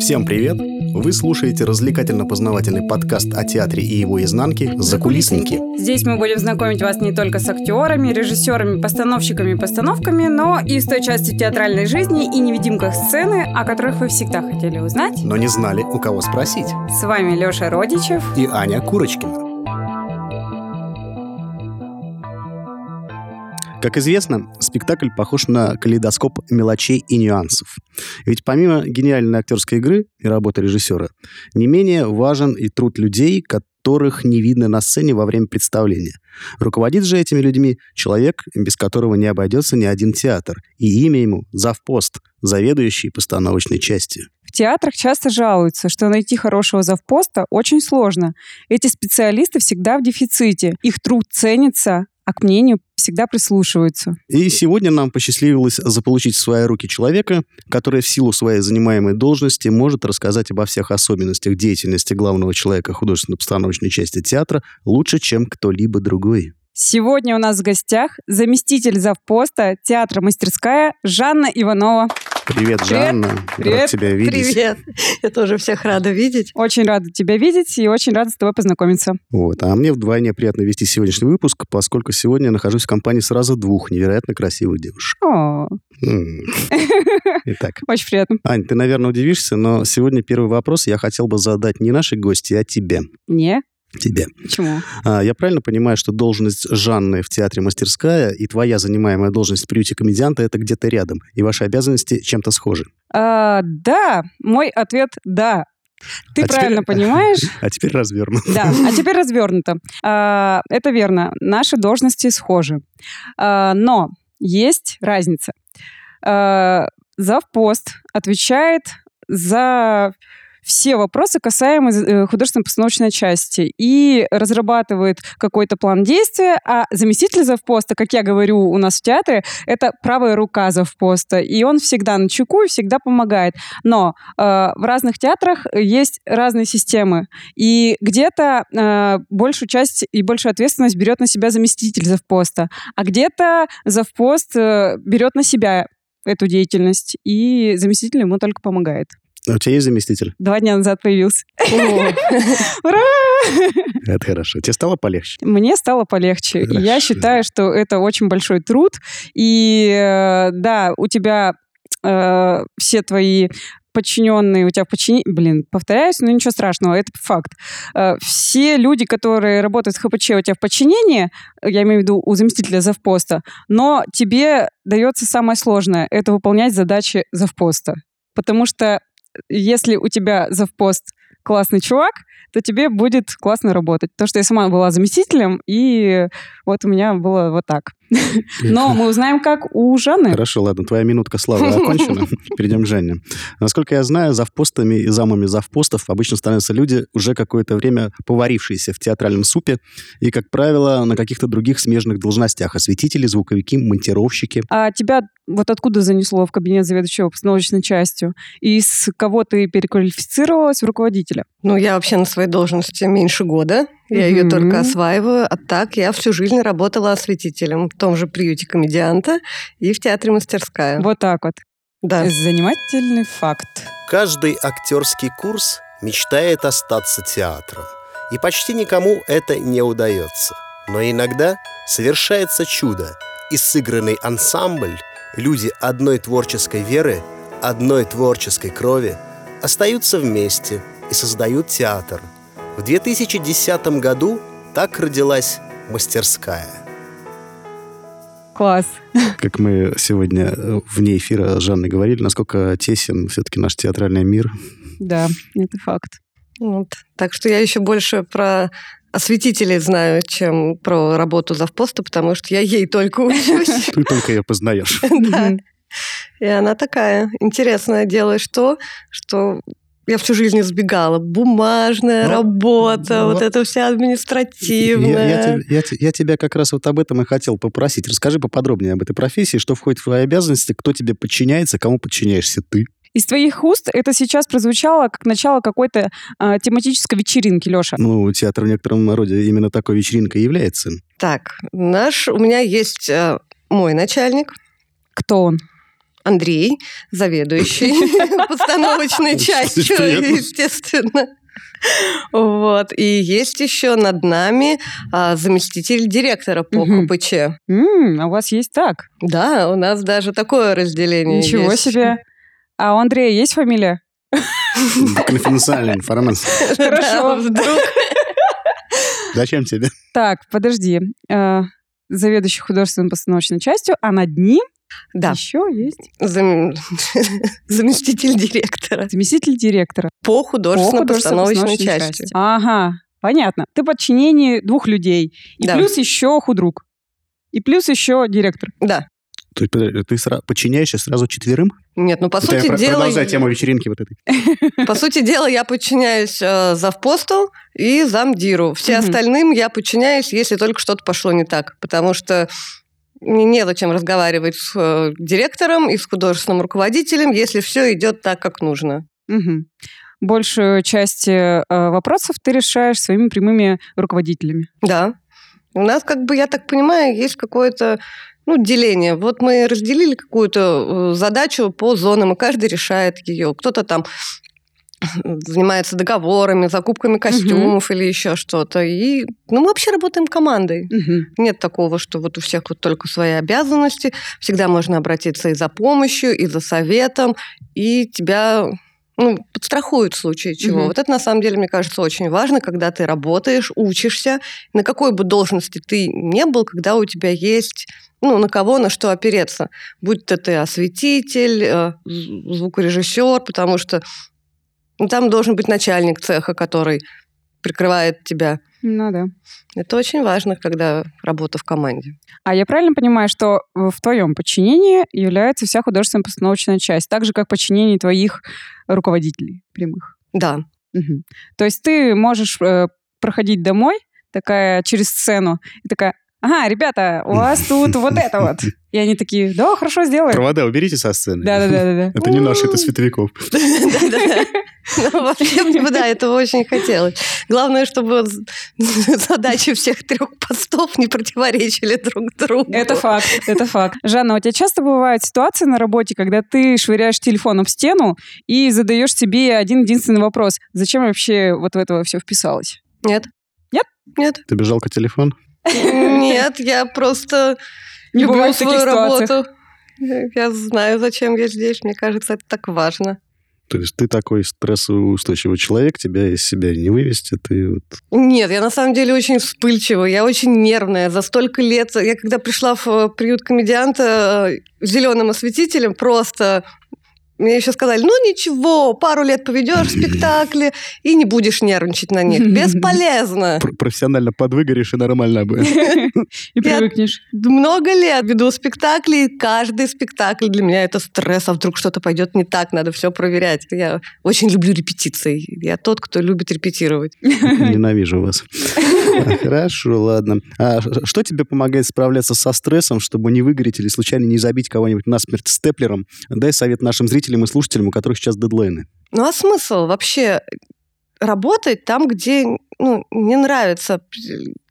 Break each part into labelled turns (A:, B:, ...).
A: Всем привет! Вы слушаете развлекательно-познавательный подкаст о театре и его изнанке «Закулисники».
B: Здесь мы будем знакомить вас не только с актерами, режиссерами, постановщиками и постановками, но и с той частью театральной жизни и невидимках сцены, о которых вы всегда хотели узнать.
A: Но не знали, у кого спросить.
B: С вами Леша Родичев.
A: И Аня Курочкина. Как известно, спектакль похож на калейдоскоп мелочей и нюансов. Ведь помимо гениальной актерской игры и работы режиссера, не менее важен и труд людей, которых не видно на сцене во время представления. Руководит же этими людьми человек, без которого не обойдется ни один театр, и имя ему – завпост, заведующий постановочной части.
B: В театрах часто жалуются, что найти хорошего завпоста очень сложно. Эти специалисты всегда в дефиците. Их труд ценится, а к мнению всегда прислушиваются.
A: И сегодня нам посчастливилось заполучить в свои руки человека, который в силу своей занимаемой должности может рассказать обо всех особенностях деятельности главного человека художественно-постановочной части театра лучше, чем кто-либо другой.
B: Сегодня у нас в гостях заместитель завпоста театра «Мастерская» Жанна Иванова.
A: Привет,
B: Привет.
A: Жанна. Рад
B: Привет.
A: тебя видеть.
C: Привет! Я тоже всех рада видеть.
B: Очень рада тебя видеть и очень рада с тобой познакомиться.
A: Вот. А мне вдвойне приятно вести сегодняшний выпуск, поскольку сегодня я нахожусь в компании сразу двух невероятно красивых девушек.
B: О,
A: М. Итак,
B: очень приятно.
A: Ань, ты, наверное, удивишься, но сегодня первый вопрос я хотел бы задать не нашей гости, а тебе.
B: Не?
A: Тебе.
B: Почему?
A: А, я правильно понимаю, что должность Жанны в театре «Мастерская» и твоя занимаемая должность в приюте комедианта – это где-то рядом, и ваши обязанности чем-то схожи.
B: А, да, мой ответ – да. Ты
A: А теперь-
B: правильно понимаешь?
A: А теперь разверну.
B: Да, а теперь развернуто. А, Это верно, наши должности схожи. А, Но есть разница. А, Завпост отвечает за все вопросы, касаемые э, художественно-постановочной части, и разрабатывает какой-то план действия, а заместитель завпоста, как я говорю у нас в театре, это правая рука завпоста, и он всегда на чеку и всегда помогает. Но э, в разных театрах есть разные системы. И где-то э, большую часть и большую ответственность берет на себя заместитель завпоста, а где-то завпост э, берет на себя эту деятельность, и заместитель ему только помогает.
A: А У тебя есть заместитель?
B: Два дня назад появился.
A: Это хорошо. Тебе стало полегче?
B: Мне стало полегче. И Я
A: Хорошо.
B: считаю, что это очень большой труд. И э, да, у тебя э, все твои подчиненные, у тебя подчинение... Блин, повторяюсь, но ничего страшного, это факт. Э, Все люди, которые работают в ХПЧ, у тебя в подчинении, я имею в виду у заместителя завпоста, но тебе дается самое сложное — это выполнять задачи завпоста. Потому что э, если у тебя завпост классный чувак, то тебе будет классно работать. Потому что я сама была заместителем, и вот у меня было вот так. Но мы узнаем, как у Жанны.
A: Хорошо, ладно, твоя минутка славы окончена. Перейдем к Жанне. Насколько я знаю, завпостами и замами завпостов обычно становятся люди, уже какое-то время поварившиеся в театральном супе и, как правило, на каких-то других смежных должностях. Осветители, звуковики, монтировщики.
B: А тебя вот откуда занесло в кабинет заведующего постановочной частью? И с кого ты переквалифицировалась в руководителя?
C: Ну, я вообще на своей должности меньше года. Я
B: Мгм.
C: ее только осваиваю. А так я всю жизнь работала осветителем в том же приюте комедианта и в театре мастерская.
B: Вот так вот.
C: Да.
B: Э, Занимательный факт.
D: Каждый актерский курс мечтает остаться театром, и почти никому это не удается. Но иногда совершается чудо, и сыгранный ансамбль, люди одной творческой веры, одной творческой крови, остаются вместе и создают театр. В 2010 году так родилась мастерская.
B: Класс.
A: Как мы сегодня э, вне эфира с Жанной говорили, насколько тесен все-таки наш театральный мир.
B: Да, это факт.
C: Вот. Так что я еще больше про осветителей знаю, чем про работу завпоста, потому что я ей только учусь.
A: Ты только ее познаешь.
C: Да.
B: Мгм.
C: И она такая интересная, делаешь то, что я всю жизнь избегала. Бумажная
A: Ну,
C: работа,
A: ну,
C: вот это вся
A: Я,
C: административная.
A: я те- я те- я тебя как раз вот об этом и хотел попросить. Расскажи поподробнее об этой профессии, что входит в твои обязанности, кто тебе подчиняется, кому подчиняешься ты.
B: Из твоих уст это сейчас прозвучало как начало какой-то а, тематической вечеринки, Леша.
A: Ну, театр в некотором роде именно такой вечеринкой является.
C: Так, наш, у меня есть э, мой начальник,
B: Кто он?
C: Андрей, заведующий постановочной частью,
A: Приятно.
C: естественно. Вот. И есть еще над нами а, заместитель директора по
B: Мгм.
C: КПЧ.
B: М, а у вас есть так?
C: Да, у нас даже такое разделение
B: Ничего
C: есть.
B: себе. А у Андрея есть фамилия?
A: Конфиденциальная информация.
C: Да,
B: Хорошо.
C: вдруг.
A: Зачем тебе?
B: Так, подожди. Э, Заведующий художественной постановочной частью, а над ним
C: Да,
B: еще есть
C: зам- заместитель директора
B: заместитель директора.
C: по
B: по
C: художественно-постановочной
B: художественно-постановочной
C: части.
B: Ага, понятно. Ты подчинение двух людей. И
C: Да.
B: плюс еще худрук. И плюс еще директор.
C: Да.
A: То есть, подожди, Ты сра- подчиняешься сразу четверым?
C: Нет, ну по
A: Вот я
C: сути
A: про-
C: дела...
A: Продолжай тему вечеринки вот этой.
C: По сути дела, я подчиняюсь э, завпосту и замдиру. Все
B: Мгм.
C: остальным я подчиняюсь, если только что-то пошло не так. Потому что мне незачем разговаривать с э, директором и с художественным руководителем, если все идет так, как нужно.
B: Мгм. Большую часть э, вопросов ты решаешь своими прямыми руководителями.
C: Да. У нас, как бы, я так понимаю, есть какое-то ну, деление. Вот мы разделили какую-то э, задачу по зонам, и каждый решает ее. Кто-то там занимается договорами, закупками костюмов или еще что-то. И, ну, мы вообще работаем командой.
B: Мгм.
C: Нет такого, что вот у всех вот только свои обязанности. Всегда можно обратиться и за помощью, и за советом, и тебя ну, подстрахуют в случае чего.
B: Мгм.
C: Вот это, на самом деле, мне кажется, очень важно, когда ты работаешь, учишься, на какой бы должности ты не был, когда у тебя есть ну, на кого, на что опереться. Будь то ты осветитель, э, з- звукорежиссер, потому что ну, там должен быть начальник цеха, который прикрывает тебя.
B: Ну да.
C: Это очень важно, когда работа в команде.
B: А я правильно понимаю, что в твоем подчинении является вся художественная постановочная часть, так же, как подчинение твоих руководителей прямых?
C: Да,
B: Мгм. То есть ты можешь э, проходить домой, такая, через сцену, и такая, ага, ребята, у вас тут вот это вот. И они такие, да, хорошо сделали.
A: Провода уберите со сцены.
B: Да-да-да.
A: Это не наши, это световиков.
C: Да-да-да. Ну, вообще, мне бы, да, этого очень хотелось. Главное, чтобы з- задачи всех трех постов не противоречили друг другу.
B: Это факт, это факт. Жанна, у тебя часто бывают ситуации на работе, когда ты швыряешь телефон об стену и задаешь себе один единственный вопрос. Зачем я вообще вот в это все вписалось?
C: Нет.
B: Нет?
C: Нет.
A: Тебе жалко телефон?
C: Нет, я просто
B: Не
C: люблю
B: бывает в таких
C: свою
B: ситуациях.
C: работу. Я знаю, зачем я здесь. Мне кажется, это так важно.
A: То есть ты такой стрессоустойчивый человек, тебя из себя не вывести, ты вот...
C: Нет, я на самом деле очень вспыльчивая, я очень нервная. За столько лет, я когда пришла в э, приют комедианта э, зеленым осветителем, просто мне еще сказали, ну ничего, пару лет поведешь спектакли и не будешь нервничать на них. Бесполезно.
A: пр- профессионально подвыгоришь и нормально будет.
B: И привыкнешь.
C: Много лет веду спектакли, и каждый спектакль для меня это стресс, а вдруг что-то пойдет не так, надо все проверять. Я очень люблю репетиции, я тот, кто любит репетировать.
A: Ненавижу вас. А, Хорошо, ладно. А ш- что тебе помогает справляться со стрессом, чтобы не выгореть или случайно не забить кого-нибудь насмерть степлером? Дай совет нашим зрителям и слушателям, у которых сейчас дедлайны.
C: Ну а смысл вообще работать там, где ну, не нравится?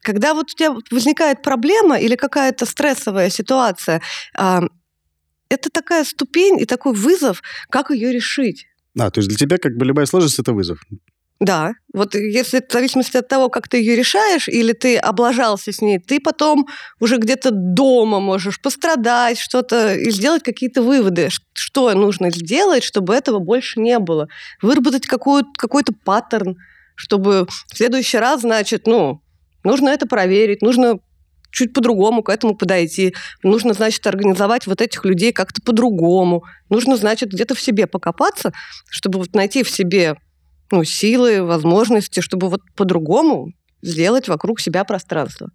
C: Когда вот у тебя возникает проблема или какая-то стрессовая ситуация, а, это такая ступень и такой вызов, как ее решить.
A: А, то есть для тебя как бы любая сложность – это вызов.
C: Да, вот если в зависимости от того, как ты ее решаешь, или ты облажался с ней, ты потом уже где-то дома можешь пострадать, что-то и сделать какие-то выводы, ш- что нужно сделать, чтобы этого больше не было. Выработать какую- какой-то паттерн, чтобы в следующий раз, значит, ну, нужно это проверить, нужно чуть по-другому к этому подойти, нужно, значит, организовать вот этих людей как-то по-другому, нужно, значит, где-то в себе покопаться, чтобы вот найти в себе ну, силы, возможности, чтобы вот по-другому сделать вокруг себя пространство.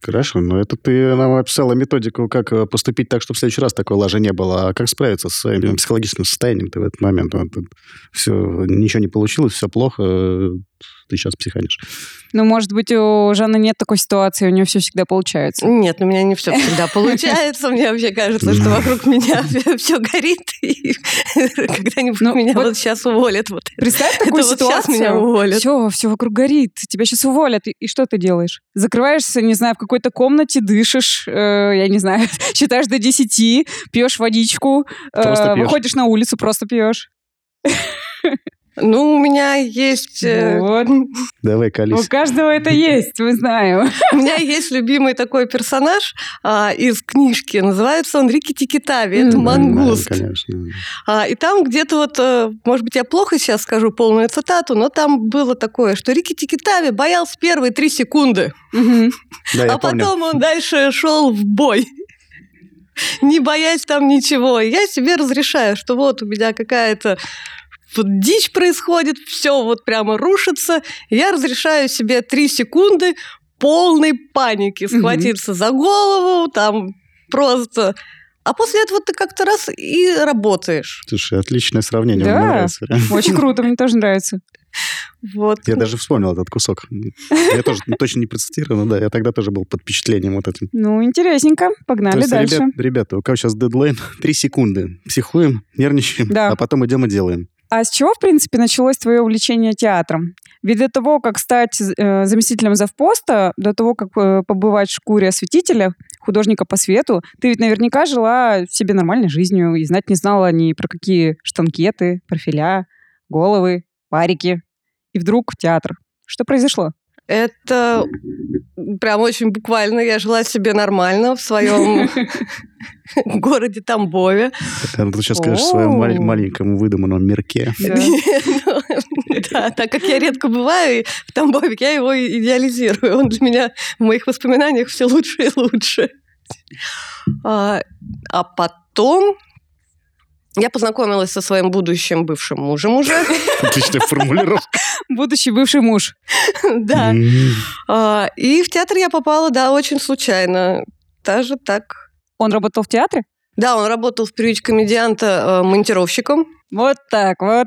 A: Хорошо, но это ты нам описала методику, как э, поступить так, чтобы в следующий раз такой лажи не было. А как справиться с своим психологическим состоянием ты в этот момент? Вот, все, ничего не получилось, все плохо. э, ты сейчас психанешь.
B: Ну, может быть, у Жанны нет такой ситуации, у нее все всегда получается.
C: Нет, у меня не все всегда получается. Мне вообще кажется, что вокруг меня все горит. И когда-нибудь
B: Ну,
C: меня
B: вот-
C: вот сейчас уволят. Вот
B: Представь
C: это
B: такую
C: вот сейчас
B: ситуацию.
C: меня уволят.
B: Все, все вокруг горит, тебя сейчас уволят. И, и что ты делаешь? Закрываешься, не знаю, в какой-то комнате, дышишь, э, я не знаю, считаешь до 10, пьешь водичку, э,
A: Просто пьёшь.
B: выходишь на улицу, просто пьешь.
C: Ну, у меня есть... э,
B: Вот.
A: Давай,
B: Ну, У
A: колись.
B: каждого это есть, мы знаем.
C: У меня есть любимый такой персонаж а, из книжки. Называется он Рики Тикитави. Это
B: Мгм.
C: мангуст.
A: Конечно.
C: А, и там где-то вот, э, может быть, я плохо сейчас скажу полную цитату, но там было такое, что Рики Тикитави боялся первые три секунды,
B: Мгм.
A: Да, я
C: а
A: помню.
C: потом он дальше шел в бой. Не боясь там ничего. И Я себе разрешаю, что вот у меня какая-то вот дичь происходит, все вот прямо рушится. Я разрешаю себе три секунды полной паники
B: Мгм.
C: схватиться за голову, там просто... А после этого ты как-то раз и работаешь.
A: Слушай, отличное сравнение, мне
B: Да.
A: нравится.
B: Очень круто, мне тоже нравится.
C: Вот.
A: Я даже вспомнил этот кусок. Я тоже ну, точно не процитирую, но да, я тогда тоже был под впечатлением вот этим.
B: Ну, интересненько,
A: То
B: погнали
A: есть,
B: дальше.
A: ребят, ребята, у кого сейчас дедлайн? Три секунды. Психуем, нервничаем,
B: Да.
A: а потом идем и делаем.
B: А с чего, в принципе, началось твое увлечение театром? Ведь до того, как стать э, заместителем завпоста, до того, как э, побывать в шкуре осветителя, художника по свету, ты ведь наверняка жила себе нормальной жизнью и знать не знала ни про какие штанкеты, профиля, головы, парики. И вдруг театр. Что произошло?
C: Это прям очень буквально. Я жила себе нормально в своем городе Тамбове.
A: Наверное, Ты сейчас скажешь в своем маль-
B: О.
A: маленьком выдуманном мирке.
B: Да.
C: Да, так как я редко бываю и в Тамбове, я его и идеализирую. Он для меня в моих воспоминаниях все лучше и лучше. А а потом я познакомилась со своим будущим бывшим мужем уже.
A: Отличная формулировка. М-м-м.
B: Будущий бывший муж.
C: Да.
A: М.
C: А, И в театр я попала, да, очень случайно. Даже так.
B: Он работал в театре?
C: Да, он работал в приюте комедианта э, монтировщиком.
B: Вот так вот.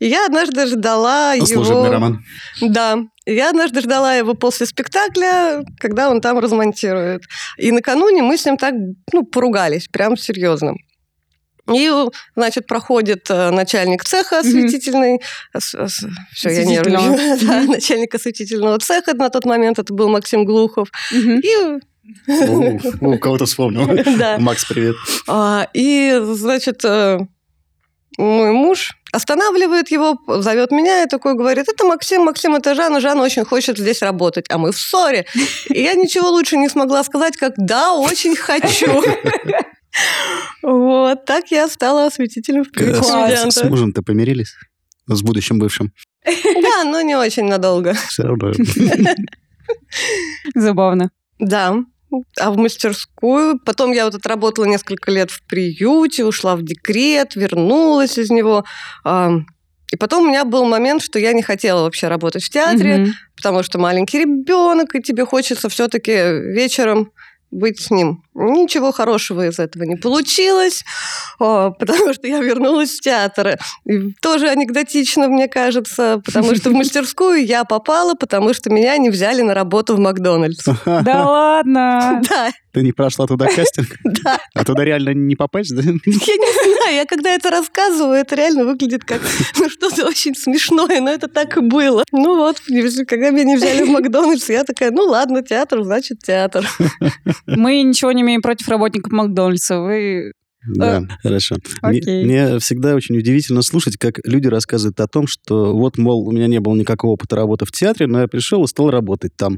C: И я однажды ждала его...
A: Служебный роман.
C: Да. Я однажды ждала его после спектакля, когда он там размонтирует. И накануне мы с ним так, ну, поругались, прям серьезно. И, значит, проходит э, начальник цеха осветительный. Все, я
B: Осветительного.
C: нервничаю. Да,
B: Мгм.
C: начальник осветительного цеха на тот момент, это был Максим Глухов.
B: Мгм.
C: И...
A: О, о, Кого-то вспомнил.
C: Да.
A: Макс, привет.
C: А, И, значит, э, мой муж останавливает его, зовет меня и такой говорит, это Максим, Максим, это Жанна, Жанна очень хочет здесь работать, а мы в ссоре. И я ничего лучше не смогла сказать, как «да, очень хочу». Вот, так я стала осветителем в приюте
A: С с
B: Класс.
C: комедианта.
A: мужем-то помирились? С будущим бывшим.
C: Да, но не очень надолго.
A: Все равно.
B: Забавно.
C: Да. А в мастерскую. Потом я вот отработала несколько лет в приюте, ушла в декрет, вернулась из него. А, И потом у меня был момент, что я не хотела вообще работать в театре,
B: Мгм.
C: потому что маленький ребенок, и тебе хочется все-таки вечером быть с ним. Ничего хорошего из этого не получилось, а, потому что я вернулась в театр. И Тоже анекдотично, мне кажется, потому что в мастерскую я попала, потому что меня не взяли на работу в Макдональдс.
B: Да ладно.
C: Да,
A: Ты не прошла туда кастинг?
C: Да.
A: А туда реально не попасть, да?
C: Я не знаю, я когда это рассказываю, это реально выглядит как ну, что-то очень смешное, но это так и было. Ну вот, когда меня не взяли в Макдональдс, я такая, ну ладно, театр, значит театр.
B: Мы ничего не имеем против работников Макдональдса. Вы...
A: Да, хорошо. Мне-
B: окей.
A: Мне всегда очень удивительно слушать, как люди рассказывают о том, что вот, мол, у меня не было никакого опыта работы в театре, но я пришел и стал работать там,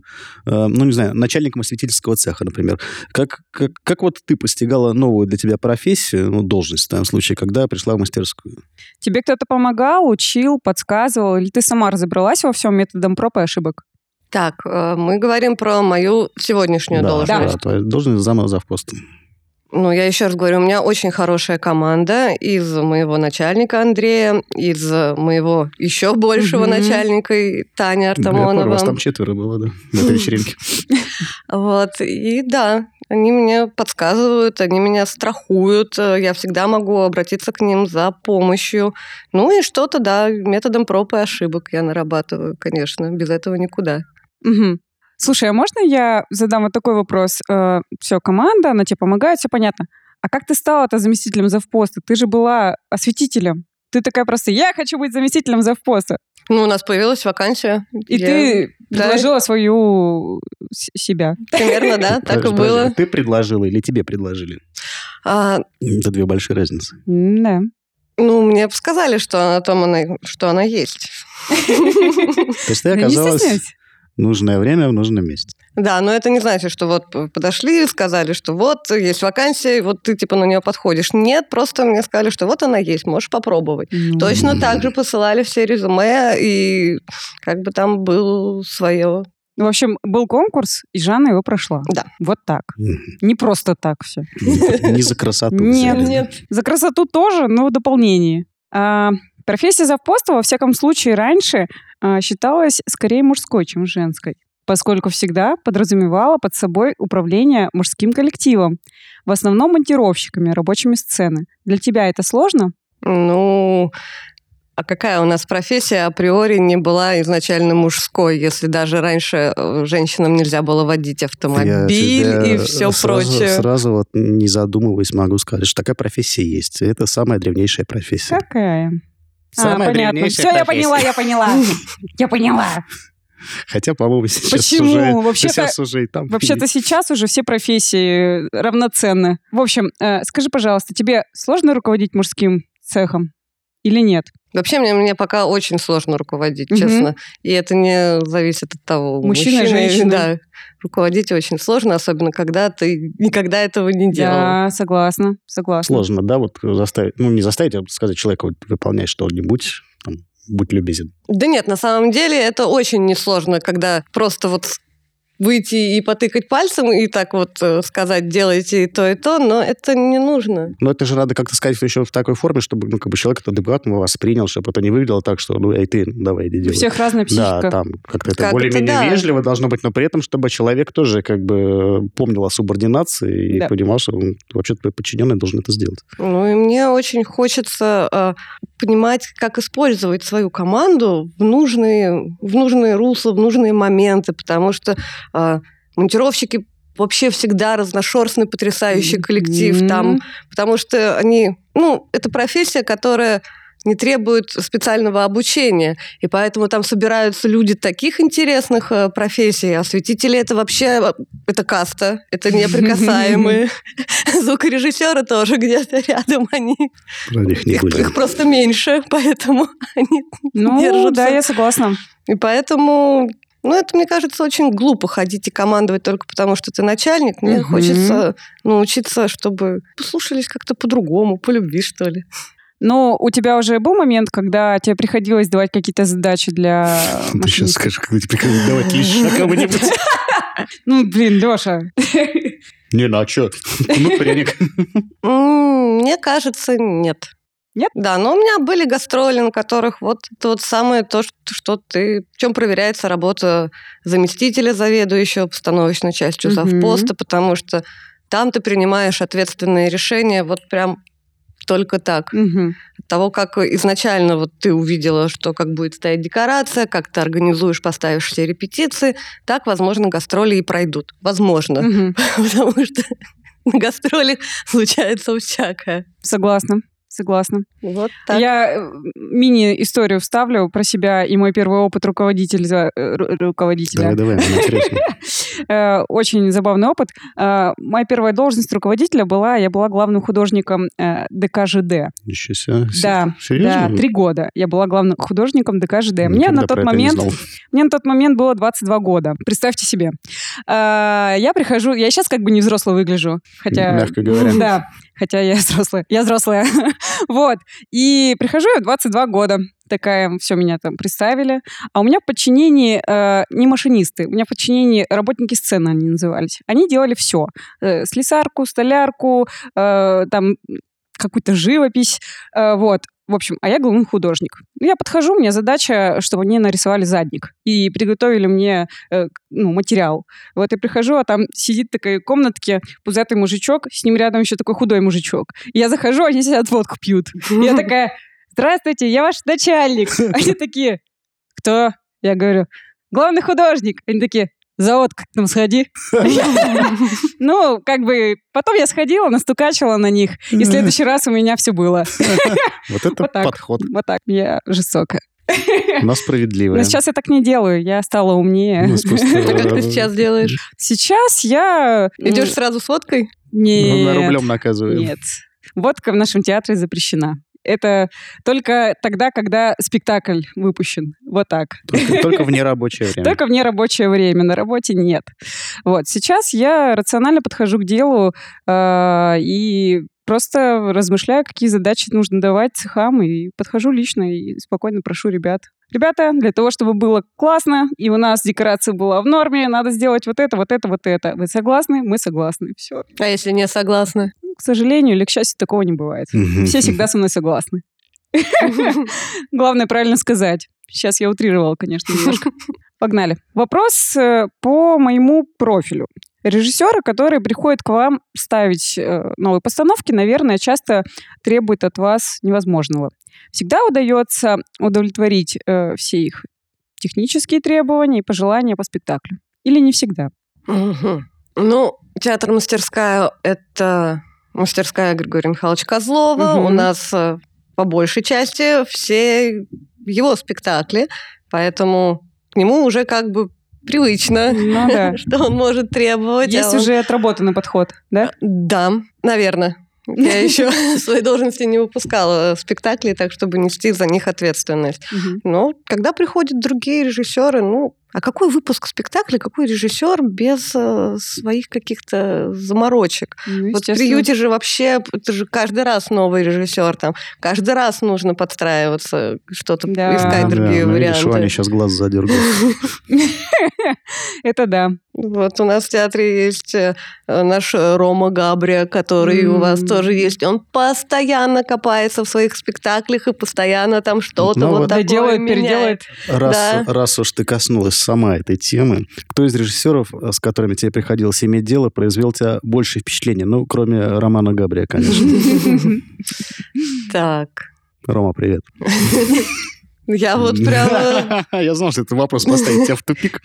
A: э, ну, не знаю, начальником осветительского цеха, например. Как, как, как вот ты постигала новую для тебя профессию, ну, должность в данном случае, когда пришла в мастерскую?
B: Тебе кто-то помогал, учил, подсказывал? Или ты сама разобралась во всем методом проб и ошибок?
C: Так, э, мы говорим про мою сегодняшнюю
A: да,
C: должность.
A: твоя должность зама завпоста.
C: Ну, я еще раз говорю, у меня очень хорошая команда из моего начальника Андрея, из моего еще большего
B: Мгм.
C: начальника Таня
A: Я помню,
C: Артамонова.
A: вас там четверо было, да, на этой вечеринке.
C: Вот, и да, Они мне подсказывают, они меня страхуют, э, я всегда могу обратиться к ним за помощью. Ну и что-то, да, методом проб и ошибок я нарабатываю, конечно, без этого никуда.
B: Угу. Слушай, а можно я задам вот такой вопрос? Э, все, команда, она тебе помогает, все понятно. А как ты стала-то заместителем завпоста? Ты же была осветителем. Ты такая просто, я хочу быть заместителем завпоста.
C: Ну, у нас появилась вакансия.
B: И я... ты да. предложила свою с- себя.
C: Примерно, да, так и было.
A: а
C: А,
A: Ты предложила или тебе предложили? Это две большие разницы.
B: Да.
C: Ну, мне сказали, что она там, она, что она есть.
A: То есть ты оказалась нужное время в нужном месте.
C: Да, но это не значит, что вот подошли, сказали, что вот есть вакансия, вот ты типа на нее подходишь. Нет, просто мне сказали, что вот она есть, можешь попробовать. Mm-hmm. Точно так же посылали все резюме, и как бы там было свое.
B: В общем, был конкурс, и Жанна его прошла.
C: Да.
B: Вот так. Mm-hmm. Не просто так все.
A: Не за красоту.
B: Нет, нет. За красоту тоже, но в дополнении. А, Профессия завпоста, во всяком случае, раньше а, считалась скорее мужской, чем женской, поскольку всегда подразумевала под собой управление мужским коллективом, в основном монтировщиками, рабочими сцены. Для тебя это сложно?
C: Ну, а какая у нас профессия априори не была изначально мужской, если даже раньше э, женщинам нельзя было водить автомобиль Я и все
A: сразу,
C: прочее.
A: Сразу вот не задумываясь могу сказать, что такая профессия есть. Это самая древнейшая профессия.
B: Какая?
A: Самая
B: а, понятно. Все,
A: профессия.
B: я поняла, я поняла. Я поняла.
A: Хотя, по-моему, сейчас
B: Почему?
A: уже...
B: Вообще-то-
A: сейчас уже и там...
B: Вообще-то сейчас уже все профессии э, равноценны. В общем, э, скажи, пожалуйста, тебе сложно руководить мужским цехом или нет?
C: Вообще мне, мне пока очень сложно руководить,
B: Мгм.
C: честно. И это не зависит от того,
B: Мужчина, женщина.
C: Да, руководить очень сложно, особенно когда ты никогда этого не делал.
B: Да, согласна, согласна.
A: Сложно, да, вот заставить... Ну, не заставить, а сказать человеку, вот, выполняй что-нибудь, там, будь любезен.
C: Да нет, на самом деле это очень несложно, когда просто вот выйти и потыкать пальцем и так вот э, сказать делайте и то и то, но это не нужно.
A: Но это же надо как-то сказать еще в такой форме, чтобы ну, как бы человек это адекватно воспринял, чтобы это не выглядело так, что ну, эй, ты, давай, иди
B: У
A: делай.
B: всех разная психика.
A: Да, там как-то это
C: Как-то
A: более-менее
C: да.
A: вежливо должно быть, но при этом, чтобы человек тоже как бы помнил о субординации и
B: Да.
A: понимал, что он, вообще твой подчиненный должен это сделать.
C: Ну и мне очень хочется э, понимать, как использовать свою команду в нужные, в нужные русла, в нужные моменты, потому что э, монтировщики вообще всегда разношерстный, потрясающий коллектив.
B: М.
C: Там потому что они, ну, это профессия, которая не требует специального обучения, и поэтому там собираются люди таких интересных э, профессий. Осветители это вообще э, это каста, это неприкасаемые. Звукорежиссеры тоже где-то рядом они.
A: Про них не
C: Их,
A: будем.
C: их просто меньше, поэтому они...
B: Ну,
C: держатся.
B: да, я согласна.
C: И поэтому... Ну, это, мне кажется, очень глупо ходить и командовать только потому, что ты начальник. Мне
B: Мгм.
C: хочется научиться, чтобы послушались как-то по-другому, по любви, что ли.
B: Но у тебя уже был момент, когда тебе приходилось давать какие-то задачи для
A: Ты сейчас
B: машиниста?
A: скажешь, как тебе давать леща кому-нибудь.
B: Ну, блин, Леша.
A: Не, ну а что? Ну, пряник.
C: М, Мне кажется, нет.
B: Нет?
C: Да, но у меня были гастроли, на которых вот это вот самое то, что- что ты... В чем проверяется работа заместителя заведующего постановочной частью
B: Мгм.
C: завпоста, потому что там ты принимаешь ответственные решения вот прям только так.
B: Мгм.
C: От того, как изначально вот ты увидела, что как будет стоять декорация, как ты организуешь, поставишь все репетиции, так, возможно, гастроли и пройдут. Возможно.
B: Мгм.
C: Потому что на гастролях случается всякое.
B: Согласна. Согласна.
C: Вот так.
B: Я э, мини-историю вставлю про себя и мой первый опыт руководителя. э, ру- руководителя.
A: Давай, давай, мне интересно.
B: Э, Очень забавный опыт. Э, Моя первая должность руководителя была, я была главным художником э, ДКЖД.
A: Еще себя.
B: Да,
A: Серьезно? Ну,
B: Да, три года я была главным художником ДКЖД. Мне
A: Никогда
B: на тот
A: про это не
B: момент
A: знал.
B: Мне на тот момент было 22 года. Представьте себе. А, Я прихожу, я сейчас как бы не взрослый выгляжу, хотя...
A: Мягко говоря.
B: Да, хотя я взрослая. Я взрослая. Вот. И прихожу я в 22 года. Такая, все, меня там представили. А у меня в подчинении э, не машинисты, у меня в подчинении работники сцены они назывались. Они делали все. слесарку, столярку, э, там какую-то живопись. э, вот. В общем, а я главный художник. Ну, Я подхожу, у меня задача, чтобы мне нарисовали задник и приготовили мне э, ну, материал. Вот я прихожу, а там сидит в такой комнатке пузатый мужичок, с ним рядом еще такой худой мужичок. Я захожу, они сидят водку пьют. И я такая, здравствуйте, я ваш начальник. Они такие, кто? Я говорю, главный художник. Они такие, завод как там сходи. Ну, как бы, потом я сходила, настукачила на них, и в следующий раз у меня все было.
A: Вот это
B: Вот так.
A: подход.
B: Вот так, я жестокая.
A: Но
B: Но
A: справедливое.
B: сейчас я так не делаю, я стала
A: У
B: умнее.
A: нас просто,
C: Это как
A: э,
C: ты сейчас делаешь?
B: Сейчас я...
C: Идешь сразу с водкой?
A: ну, на
B: Нет,
A: рублем наказываем.
B: нет. Водка в нашем театре запрещена. Это только тогда, когда спектакль выпущен. Вот так.
A: Только, только в нерабочее время.
B: Только в нерабочее время, на работе нет. Вот, сейчас я рационально подхожу к делу э, и просто размышляю, какие задачи нужно давать цехам, и подхожу лично и спокойно прошу ребят. Ребята, для того, чтобы было классно, и у нас декорация была в норме, надо сделать вот это, вот это, вот это. Вы согласны? Мы согласны. Все.
C: А если не согласна?
B: К сожалению или к счастью, такого не бывает.
A: Мгм.
B: Все всегда со мной согласны. Главное правильно сказать. Сейчас я утрировала, конечно, немножко. Погнали. Вопрос э, по моему профилю. Режиссеры, которые приходят к вам ставить э, новые постановки, наверное, часто требуют от вас невозможного. Всегда удается удовлетворить э, все их технические требования и пожелания по спектаклю. Или не всегда.
C: Мгм. Ну, театр-мастерская — это мастерская Григория Михайловича Козлова.
B: Мгм.
C: У нас э, по большей части все его спектакли, поэтому к нему уже как бы привычно,
B: Ну да.
C: что он может требовать. а
B: Есть
C: он-
B: уже отработанный подход, да?
C: Да, наверное. Я еще своей должности не выпускала спектакли, так чтобы нести за них ответственность. Но когда приходят другие режиссеры, ну, а какой выпуск спектакля, какой режиссер без э, своих каких-то заморочек?
B: Ну,
C: Вот в
B: естественно.
C: приюте же вообще, это же каждый раз новый режиссер там, каждый раз нужно подстраиваться, что-то
B: Да.
C: искать
B: Да,
C: другие
A: ну, видишь, Ваня
C: варианты.
A: сейчас глаз задергал.
B: Это да.
C: Вот у нас в театре есть э, наш Рома Габрия, который у вас
B: М.
C: тоже есть. Он постоянно копается в своих спектаклях и постоянно там что-то
A: Ну
C: вот
A: вот.
C: такое
B: Доделает,
C: меняет.
B: переделает.
A: Раз,
C: Да.
A: раз уж ты коснулась сама этой темы, кто из режиссеров, э, с которыми тебе приходилось иметь дело, произвел тебя большее впечатление? Ну, кроме Романа Габрия, конечно.
C: Так.
A: Рома, привет.
C: Я вот прям... э,
A: Я знал, что этот вопрос поставит тебя в тупик.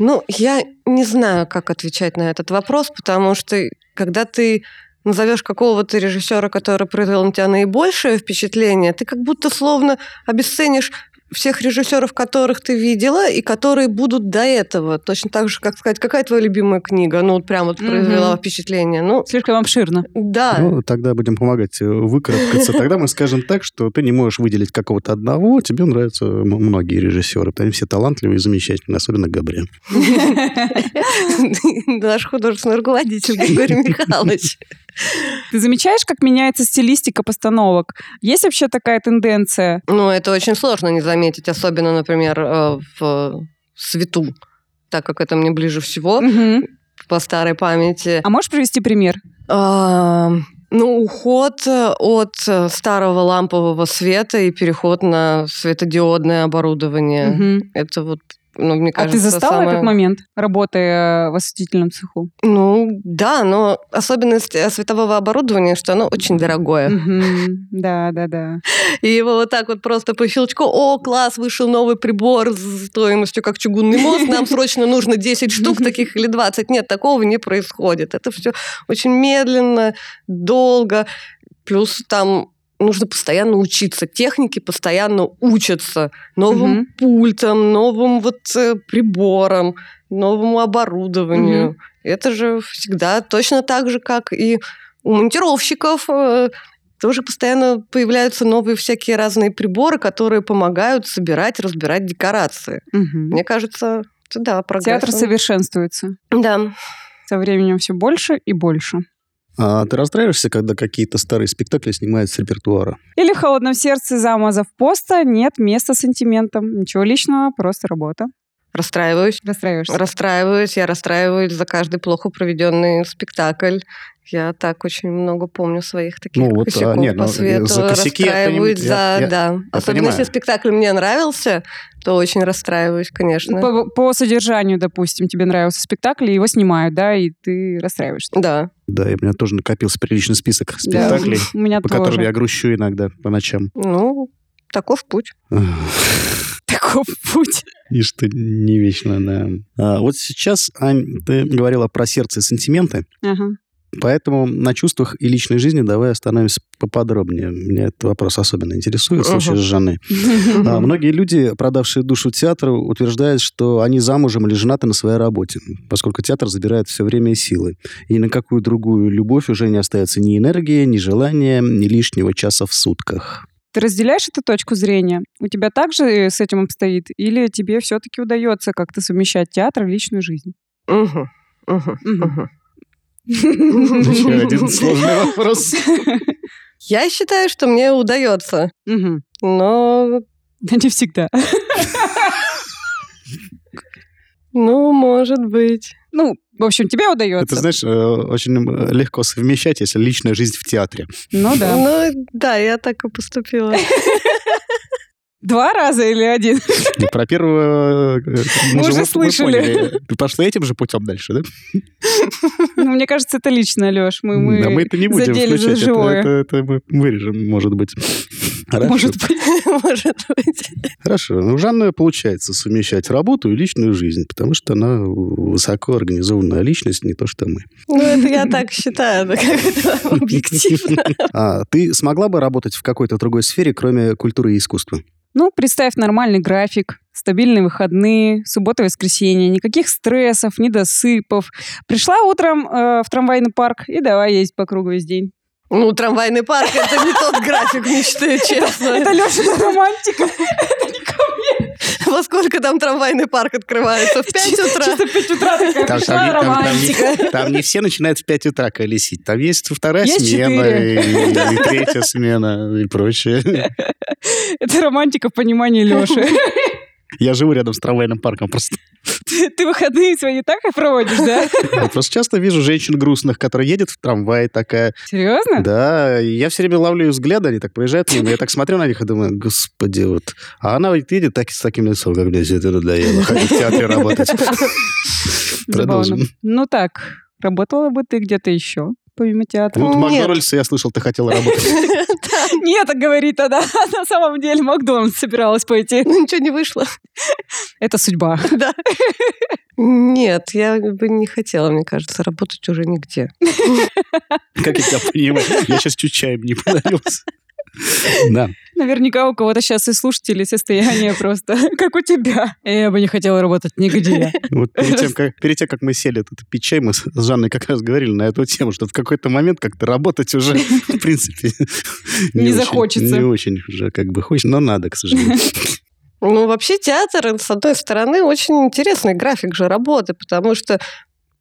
C: Ну, я не знаю, как отвечать на этот вопрос, потому что когда ты назовешь какого-то режиссера, который произвел на тебя наибольшее впечатление, ты как будто словно обесценишь всех режиссеров, которых ты видела, и которые будут до этого. Точно так же, как сказать, какая твоя любимая книга? Ну, вот прям вот произвела
B: Мгм.
C: впечатление. Ну,
B: Слишком обширно.
C: да.
A: Ну, тогда будем помогать э, выкарабкаться. Тогда мы скажем так, что ты не можешь выделить какого-то одного, тебе нравятся м- многие режиссеры. Они все талантливые и замечательные, особенно Габрия.
C: Наш художественный руководитель Григорий Михайлович.
B: Ты замечаешь, как меняется стилистика постановок? Есть вообще такая тенденция?
C: Ну, это очень сложно не заметить, особенно, например, э, в э, свету, так как это мне ближе всего
B: Мгм.
C: по старой памяти.
B: А можешь привести пример?
C: А, Ну, уход э, от э, старого лампового света и переход на светодиодное оборудование.
B: Мгм.
C: Это вот, ну, мне
B: А ты
C: кажется,
B: застала
C: самое-
B: этот момент, работая э, в осветительном цеху?
C: Ну, да, но особенность э, светового оборудования, что оно очень дорогое.
B: Мгм. Да, да, да.
C: И его вот так вот просто по щелчку, о, класс, вышел новый прибор с стоимостью как чугунный мост, нам срочно нужно 10 штук таких или 20. Нет, такого не происходит. Это все очень медленно, долго. Плюс там нужно постоянно учиться. Техники постоянно учатся новым
B: Мгм.
C: пультом, новым вот э, прибором, новому оборудованию.
B: Мгм.
C: Это же всегда точно так же, как и у монтировщиков. э, тоже постоянно появляются новые всякие разные приборы, которые помогают собирать, разбирать декорации.
B: Мгм.
C: Мне кажется, это да, прогресс.
B: Театр совершенствуется.
C: Да.
B: Со временем все больше и больше.
A: А ты расстраиваешься, когда какие-то старые спектакли снимают с репертуара?
B: Или в холодном сердце зама завпоста нет места сантиментам. Ничего личного, просто работа.
C: расстраиваюсь.
B: Расстраиваешься?
C: Расстраиваюсь, я расстраиваюсь за каждый плохо проведенный спектакль. Я так очень много помню своих таких
A: Ну, вот, а,
C: косяков
A: не, ну,
C: по свету.
A: за косяки я
C: расстраиваюсь
A: поним- я-
C: за-
A: я-
C: да. Особенно
A: понимаю.
C: если спектакль мне нравился, то очень расстраиваюсь,
B: Ну,
C: конечно.
B: По, по содержанию, допустим, тебе нравился спектакль, и его снимают, да, и ты расстраиваешься.
C: Да.
A: Да, и у меня тоже накопился приличный список
B: Да,
A: спектаклей,
B: У меня
A: по которым
B: тоже.
A: я грущу иногда по ночам.
C: Ну, таков путь.
B: Таков путь.
A: И что не вечно, да. А, вот сейчас, Ань, ты говорила про сердце и сантименты,
B: Ага.
A: поэтому на чувствах и личной жизни давай остановимся поподробнее. Меня этот вопрос особенно интересует, в случае
C: Мгм.
A: с Жанной. А, многие люди, продавшие душу театру, утверждают, что они замужем или женаты на своей работе, поскольку театр забирает все время и силы. И ни на какую другую любовь уже не остается ни энергии, ни желания, ни лишнего часа в сутках.
B: Ты разделяешь эту точку зрения? У тебя также с этим обстоит? Или тебе все-таки удается как-то совмещать театр и личную жизнь?
C: Мгм. Мгм.
B: Мгм.
C: Мгм.
A: Еще один сложный вопрос.
C: Я считаю, что мне удается,
B: Мгм.
C: но,
B: Да не всегда.
C: ну, может быть.
B: Ну, в общем, тебе
A: Это,
B: удается.
A: знаешь, э, очень э, легко совмещать, если личная жизнь в театре.
B: Ну да.
C: Ну, да, я так и поступила.
B: Два раза или один?
A: И про первого... э, мужа
B: уже
A: мы- мы
B: слышали.
A: поняли. Ты пошла этим же путем дальше, да?
B: Ну, Мне кажется, это лично, Леш. Мы,
A: Да А мы
B: мы...
A: это не будем
B: задели за
A: включать. Это-
B: живое.
A: Это это мы вырежем, может быть. Хорошо.
B: Может быть.
C: Может быть.
A: Хорошо. Ну, Жанна получается совмещать работу и личную жизнь, потому что она высоко организованная личность, не то что мы.
C: Ну, это я так считаю, да, как это объективно.
A: А ты смогла бы работать в какой-то другой сфере, кроме культуры и искусства?
B: Ну, представь нормальный график, стабильные выходные, суббота и воскресенье, никаких стрессов, недосыпов. Пришла утром э, в трамвайный парк и давай ездить по кругу весь день.
C: Ну, трамвайный парк — это не тот график мечты,
B: Это
C: честно.
B: Леша романтика. Это не ко мне.
C: Во сколько там трамвайный парк открывается? В 5
B: Чис-
C: утра?
B: Чисто в 5 утра такая
A: Там-
B: пришла
A: там- там- там-
B: романтика.
A: Там не все начинают в 5 утра колесить. Там есть вторая
B: Есть
A: смена, и,
B: четыре.
A: и третья смена, и прочее.
B: Это романтика в понимании Леши.
A: Я живу рядом с трамвайным парком. Просто,
B: Ты ты выходные свои так и проводишь, да?
A: я просто часто вижу женщин грустных, которые едет в трамвае такая,
B: Серьезно?
A: Да, и я все время ловлю их взгляды, они так проезжают мимо, я так смотрю на них и думаю, господи, вот. А она вот едет так, с таким лицом, как мне все это надоело, хочу в театре работать. Продолжим.
B: Забавно. Ну так, работала бы ты где-то еще, помимо театра?
A: Вот
C: Нет.
A: Макдональдс, я слышал, ты хотела работать.
B: Нет, так говорит она. На самом деле Макдональдс собиралась пойти.
C: Ну, ничего не вышло.
B: Это судьба.
C: Да. Нет, я бы не хотела, мне кажется, работать уже нигде.
A: Как я тебя понимаю? Я сейчас чуть чаем не подавился. Да.
B: Наверняка у кого-то сейчас и слушателей состояние просто, как у тебя. Я бы не хотела работать нигде.
A: Вот перед тем, как, перед тем, как мы сели тут пить чай, мы с с Жанной как раз говорили на эту тему, что в какой-то момент как-то работать уже, в принципе,
B: Не
A: очень-
B: захочется.
A: Не очень уже как бы хочется, но надо, к сожалению.
C: Ну, вообще театр, с одной стороны, очень интересный график же работы, потому что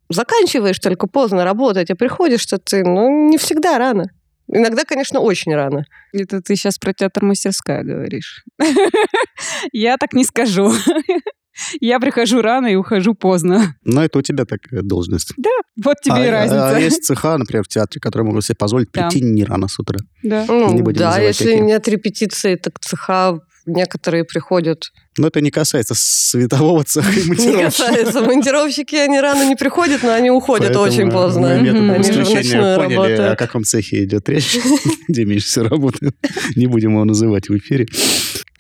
C: заканчиваешь только поздно работать, а приходишь-то ты, ну, не всегда рано. Иногда, конечно, очень рано.
B: Это ты сейчас про театр-мастерская говоришь. Я так не скажу. Я прихожу рано и ухожу поздно.
A: Но это у тебя такая должность.
B: Вот тебе
A: А-
B: и
A: А
B: разница.
A: есть цеха, например, в театре, которые могут себе позволить
B: Да.
A: прийти не рано с утра.
B: Да.
C: Ну,
A: Не будем
C: да,
A: называть
C: если
A: какие.
C: нет репетиции, так цеха некоторые приходят.
A: Но это не касается светового цеха и
C: Не
A: монтировочного.
C: касается. Монтировщики, они рано не приходят, но они уходят
A: Поэтому
C: очень поздно.
A: Мы методом
B: Они
C: же в
A: исключения
C: ночную
A: поняли, о
C: работают.
A: каком цехе идет речь, где меньше всего работает. Не будем его называть в эфире.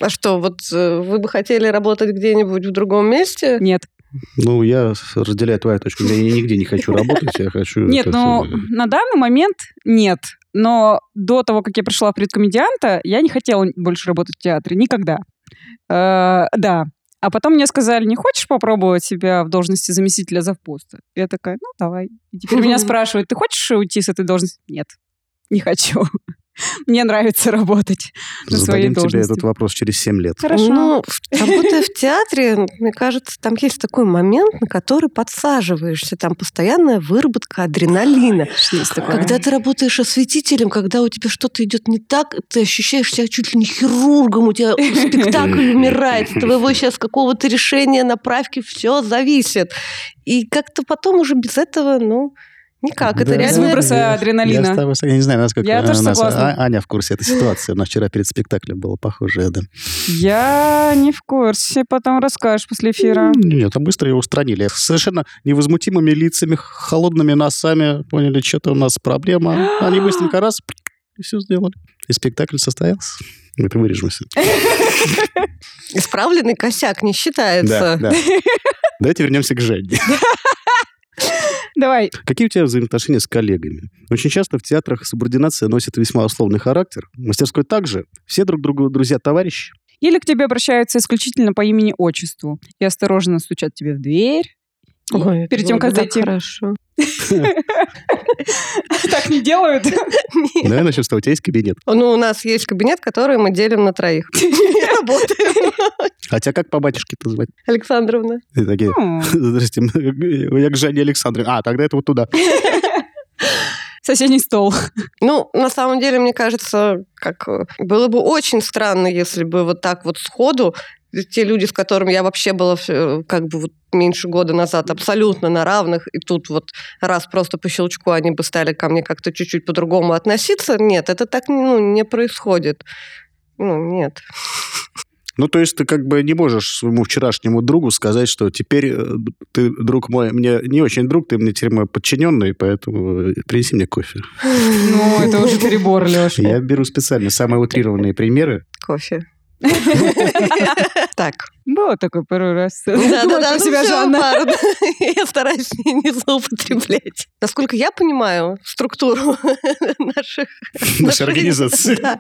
C: А что, вот э, вы бы хотели работать где-нибудь в другом месте?
B: Нет.
A: Ну, я разделяю твою точку. Я нигде не хочу работать, я хочу...
B: Нет,
A: это э,
B: ну
A: всё.
B: на данный момент нет. Но до того, как я пришла в предкомедианта, я не хотела больше работать в театре. Никогда. Э, да. А потом мне сказали, не хочешь попробовать себя в должности заместителя завпоста? Я такая, ну давай. И теперь меня спрашивают, ты хочешь уйти с этой должности? Нет, не хочу. Мне нравится работать на своей
A: Зададим тебе
B: должности.
A: этот вопрос через 7 лет.
B: Хорошо.
C: Ну, в- работая в театре, мне кажется, там есть такой момент, на который подсаживаешься. Там постоянная выработка адреналина.
B: Есть такое.
C: Когда ты работаешь осветителем, когда у тебя что-то идет не так, ты ощущаешь себя чуть ли не хирургом, у тебя спектакль умирает, с твоего сейчас какого-то решения, направки, все зависит. И как-то потом уже без этого, ну, никак. Это
A: Да.
B: Без
C: реально...
B: выброса адреналина.
A: Я, с тобой сог- я не знаю, насколько
B: Я
A: у
B: тоже
A: нас-
B: согласна.
A: А- Аня в курсе этой ситуации. У нас вчера перед спектаклем было похожее, да.
B: Я не в курсе, потом расскажешь после эфира.
A: Нет, а быстро ее устранили. С Совершенно невозмутимыми лицами, х- холодными носами поняли, что-то у нас проблема. Они быстренько раз и все сделали. И спектакль состоялся. Мы Это вырежем всё.
C: Исправленный косяк не считается.
A: да. Давайте вернемся к Жене.
B: Давай.
A: Какие у тебя взаимоотношения с коллегами? Очень часто в театрах субординация носит весьма условный характер. В мастерской также. Все друг другу друзья-товарищи.
B: Или к тебе обращаются исключительно по имени-отчеству и осторожно стучат тебе в дверь. И
C: Ой, это
B: перед тем,
C: было
B: как
C: бы так
B: зайти.
C: Хорошо.
B: Так не делают.
A: Давай начнем Ну, с того. У тебя есть кабинет.
C: Ну, у нас есть кабинет, который мы делим на троих. Работаем.
A: А тебя как по батюшке-то звать?
C: Александровна.
A: Ты такие,
B: Ну,
A: здрасте, э, я к Жене Александре. А, тогда это вот туда.
B: Соседний стол.
C: Ну, на самом деле, мне кажется, как э, было бы очень странно, если бы вот так вот сходу те люди, с которыми я вообще была э, как бы вот меньше года назад абсолютно на равных, и тут вот раз просто по щелчку они бы стали ко мне как-то чуть-чуть по-другому относиться. Нет, это так ну, не происходит. Ну, нет.
A: Ну, то есть ты как бы не можешь своему вчерашнему другу сказать, что теперь э, ты, друг мой, мне не очень друг, ты мне теперь мой подчиненный, поэтому э, принеси мне кофе.
B: Ну, это уже перебор, Леша.
A: Я беру специально самые утрированные примеры.
C: Кофе. Так.
B: Было такое пару раз. Думаю
C: Да-да-да,
B: про
C: ну
B: себя,
C: всё,
B: Жанна.
C: пара, да. Я стараюсь не злоупотреблять. Насколько я понимаю структуру наших...
A: Нашей организации.
C: Да.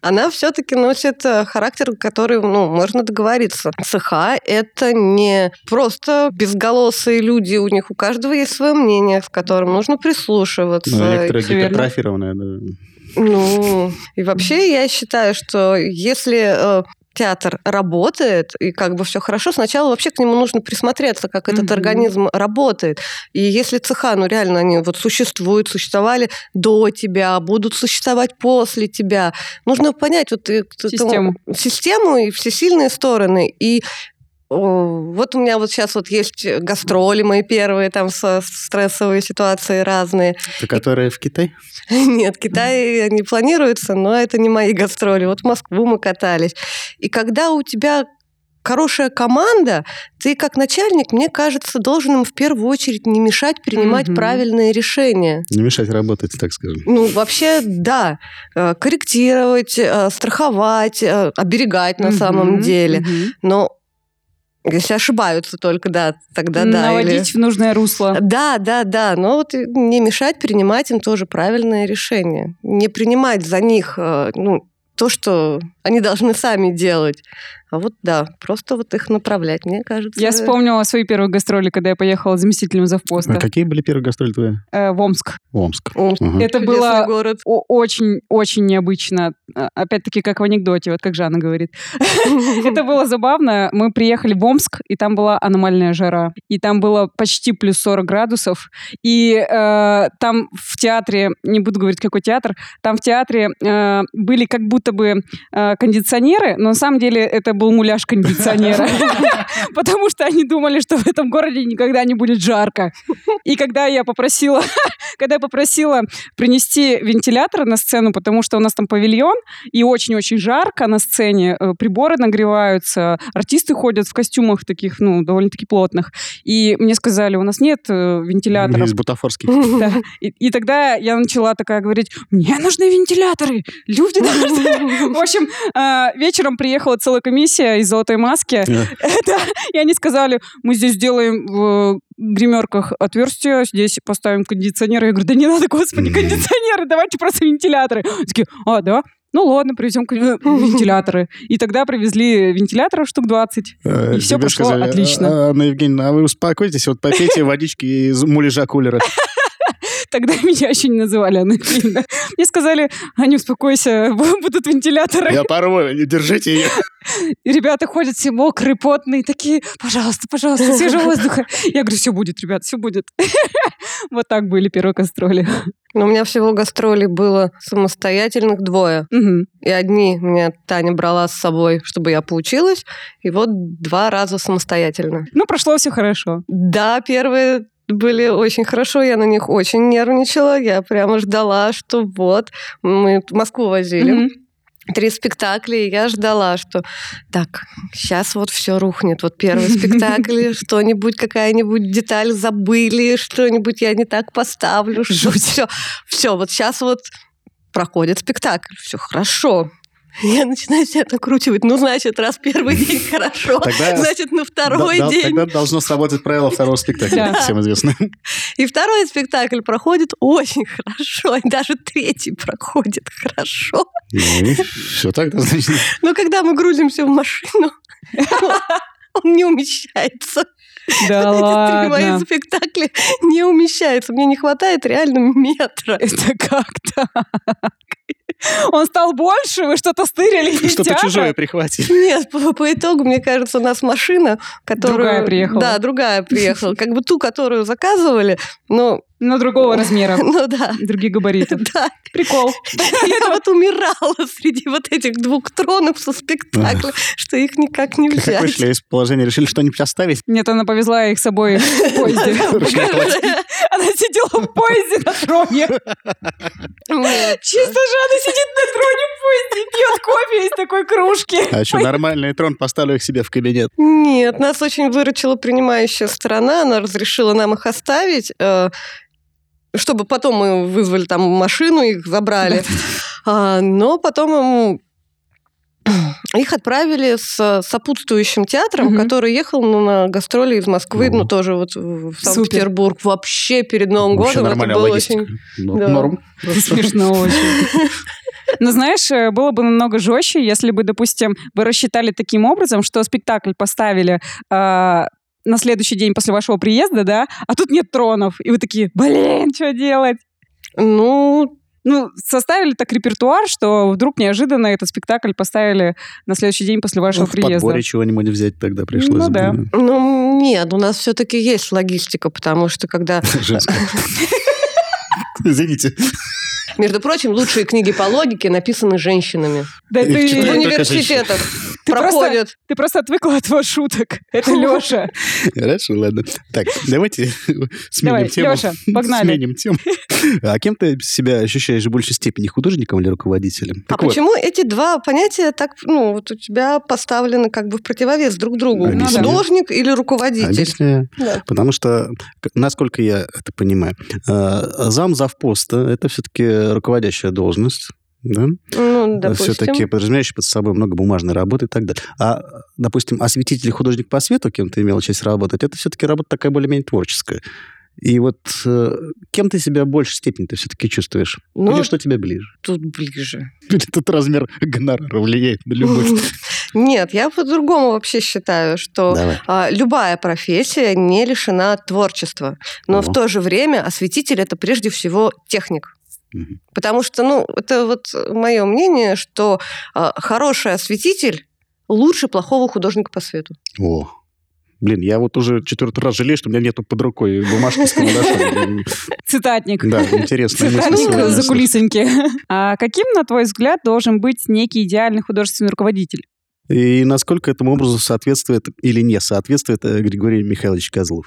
C: Она все-таки носит э, характер, который, ну, можно договориться. ЦХ — это не просто безголосые люди, у них у каждого есть свое мнение, с которым нужно прислушиваться.
A: Ну, некоторые
B: всё верно.
A: гипертрофированные. да.
C: Ну, и вообще я считаю, что если э, театр работает, и как бы все хорошо, сначала вообще к нему нужно присмотреться, как этот
B: Мгм.
C: организм работает. И если цеха, ну реально они вот существуют, существовали до тебя, будут существовать после тебя, нужно понять вот э, к- этому-
B: Систему.
C: систему и все сильные стороны. И о, вот у меня вот сейчас вот есть гастроли мои первые, там со- стрессовые ситуации разные.
A: Это которые в Китае?
C: Нет, Китай не планируется, но это не мои гастроли. Вот в Москву мы катались. И когда у тебя хорошая команда, ты как начальник, мне кажется, должен им в первую очередь не мешать принимать
B: Мгм.
C: правильные решения.
A: Не мешать работать, так скажем.
C: Ну, вообще, да, э, корректировать, э, страховать, э, оберегать на
B: Мгм,
C: самом деле.
B: мгм.
C: Но если ошибаются только, да, тогда да. или-
B: Наводить в нужное русло.
C: да, да, да. Но вот и не мешать принимать им тоже правильное решение. Не принимать за них э, ну, то, что они должны сами делать. А вот да, просто вот их направлять, мне кажется.
B: Я вспомнила свои первые гастроли, когда я поехала заместителем
A: А
B: завпоста
A: какие были первые гастроли твои?
B: э, в Омск.
A: Омск.
C: Омск.
A: Ага.
B: Это
C: Чудесный
B: было
C: город.
B: о- очень-очень необычно. А, Опять-таки, как в анекдоте, вот как Жанна говорит. Это было забавно. Мы приехали в Омск, и там была аномальная жара. И там было почти плюс 40 градусов. И э, там в театре, не буду говорить, какой театр, там в театре э, были как будто бы э, кондиционеры, но на самом деле это был муляж кондиционера. Потому что они думали, что в этом городе никогда не будет жарко. И когда я попросила, когда я попросила принести вентилятор на сцену, потому что у нас там павильон, и очень-очень жарко на сцене, э, приборы нагреваются, артисты ходят в костюмах таких, ну, довольно-таки плотных. И мне сказали, у нас нет э, вентиляторов.
A: Из бутафорских.
B: Да. И, и тогда я начала такая говорить, мне нужны вентиляторы, люди должны... В общем, э, вечером приехала целая комиссия из «Золотой маски»,
A: Э,
B: Да. и они сказали, мы здесь делаем в э, гримерках отверстия, здесь поставим кондиционеры. Я говорю, да не надо, господи,
A: Мгм.
B: кондиционеры, давайте просто вентиляторы. Они Такие, а, да? Ну ладно, привезем кон- э, вентиляторы. И тогда привезли вентиляторов штук 20.
A: Э,
B: И всё
A: тебе
B: прошло отлично.
A: «А, Анна Евгеньевна, а вы успокойтесь, вот попейте водички из муляжа кулера.
B: Тогда меня еще не называли Анна Клина. Мне сказали, Аня, успокойся, будут вентиляторы.
A: Я порву, не держите ее.
B: И ребята ходят все мокрые, потные, такие, пожалуйста, пожалуйста, свежего воздуха. Я говорю, все будет, ребят, все будет. Вот так были первые гастроли.
C: Но у меня всего гастролей было самостоятельных двое.
B: Мгм.
C: И одни меня Таня брала с собой, чтобы я получилась. И вот два раза самостоятельно.
B: Ну, прошло все хорошо.
C: Да, первые были очень хорошо, я на них очень нервничала. Я прямо ждала, что вот, мы в Москву возили.
B: Мгм.
C: Три спектакля, и я ждала, что так, сейчас вот все рухнет. Вот первый спектакль, что-нибудь, какая-нибудь деталь забыли, что-нибудь я не так поставлю.
B: Жуть.
C: Все, все, вот сейчас вот проходит спектакль, все хорошо. Я начинаю себя накручивать. Ну, значит, раз первый день хорошо,
A: Тогда
C: значит,
A: да-
C: на второй
A: да-
C: день.
A: Тогда должно сработать правило второго спектакля,
B: Да.
A: всем известно.
C: И второй спектакль проходит очень хорошо, и даже третий проходит хорошо.
A: Все Ну, тогда, значит.
C: Но когда мы грузимся в машину, он не умещается.
B: А, Да
C: Эти три мои
B: ладно.
C: спектакля не умещаются. Мне не хватает реально метра.
B: Это как так? Он стал больше? Вы что-то стырили из
A: Что-то
B: театра?
A: чужое прихватили.
C: Нет, по, по итогу, мне кажется, у нас машина, которую...
B: Другая приехала.
C: Да, другая приехала. Как бы ту, которую заказывали, но...
B: Но другого размера.
C: Ну да.
B: Других габаритов.
C: Да,
B: Прикол.
C: я вот умирала среди вот этих двух тронов со спектакля, что их никак не
A: Как
C: взять.
A: вышли из положения, решили что-нибудь оставить?
B: Нет, она повезла их с собой в поезде. Она сидела в поезде на троне.
C: Нет.
B: Чисто же она сидит на троне в поезде, пьет кофе из такой кружки.
A: А еще нормальный трон поставлю их себе в кабинет.
C: Нет, нас очень выручила принимающая сторона, она разрешила нам их оставить, э, чтобы потом мы вызвали там машину, их забрали. А, Но потом м, их отправили с сопутствующим театром,
B: Мгм.
C: который ехал ну, на гастроли из Москвы,
A: Ну.
C: ну тоже вот в в
B: Супер.
C: Санкт-Петербург. Вообще перед Новым
A: Вообще
C: годом это
A: нормальная
C: было
A: логистика.
C: очень...
A: Ну,
C: Да.
A: Норм.
B: Смешно очень. Но знаешь, э, было бы намного жестче, если бы, допустим, вы рассчитали таким образом, что спектакль поставили э, на следующий день после вашего приезда, да, а тут нет тронов. И вы такие, блин, что делать?
C: Ну,
B: Ну, составили так репертуар, что вдруг неожиданно этот спектакль поставили на следующий день после вашего
A: Ну, В
B: приезда.
A: подборе чего-нибудь взять тогда пришлось.
B: Ну да.
A: бы.
C: ну, нет, у нас все-таки есть логистика, потому что когда
A: Женское. Извините.
C: Между прочим, лучшие книги по логике написаны женщинами.
B: Да
A: Их
B: ты,
C: Типа В
A: читают. Только
C: университетах
B: Ты
C: проходят.
B: ты просто отвыкла от ваших шуток. Это Леша.
A: Хорошо, ладно. Так, давайте сменим
B: Давай,
A: тему.
B: Леша, погнали.
A: Сменим тему. А кем ты себя ощущаешь в большей степени, художником или руководителем?
C: А
A: Так вот,
C: почему эти два понятия так, ну, вот у тебя поставлены как бы в противовес друг другу?
A: Объясни.
C: Художник или руководитель?
A: а, объясняю.
C: Да.
A: Потому что, к- насколько я это понимаю, э, зам завпоста – это все-таки руководящая должность. Да?
C: Ну, допустим.
A: Все-таки подразумевающий под собой много бумажной работы и так далее. А, допустим, осветитель и художник по свету, кем ты имела честь работать, это все-таки работа такая более-менее творческая. И вот э, кем ты себя в большей степени ты все-таки чувствуешь?
C: Ну,
A: Или что тебе ближе?
C: тут ближе.
A: Или тут размер гонорара влияет на любовь?
C: Нет, я по-другому вообще считаю, что
A: Давай.
C: а, любая профессия не лишена творчества. Но
A: О.
C: в то же время осветитель это прежде всего техник.
A: Мгм.
C: Потому что, ну, это вот мое мнение, что а, хороший осветитель лучше плохого художника по свету.
A: О. Блин, я вот уже четвертый раз жалею, что у меня нету под рукой бумажки с карандашом.
B: Цитатник.
A: Да, интересно.
B: Цитатник за кулисоньки. А каким, на твой взгляд, должен быть некий идеальный художественный руководитель?
A: И насколько этому образу соответствует или не соответствует э, Григорий Михайлович Козлов?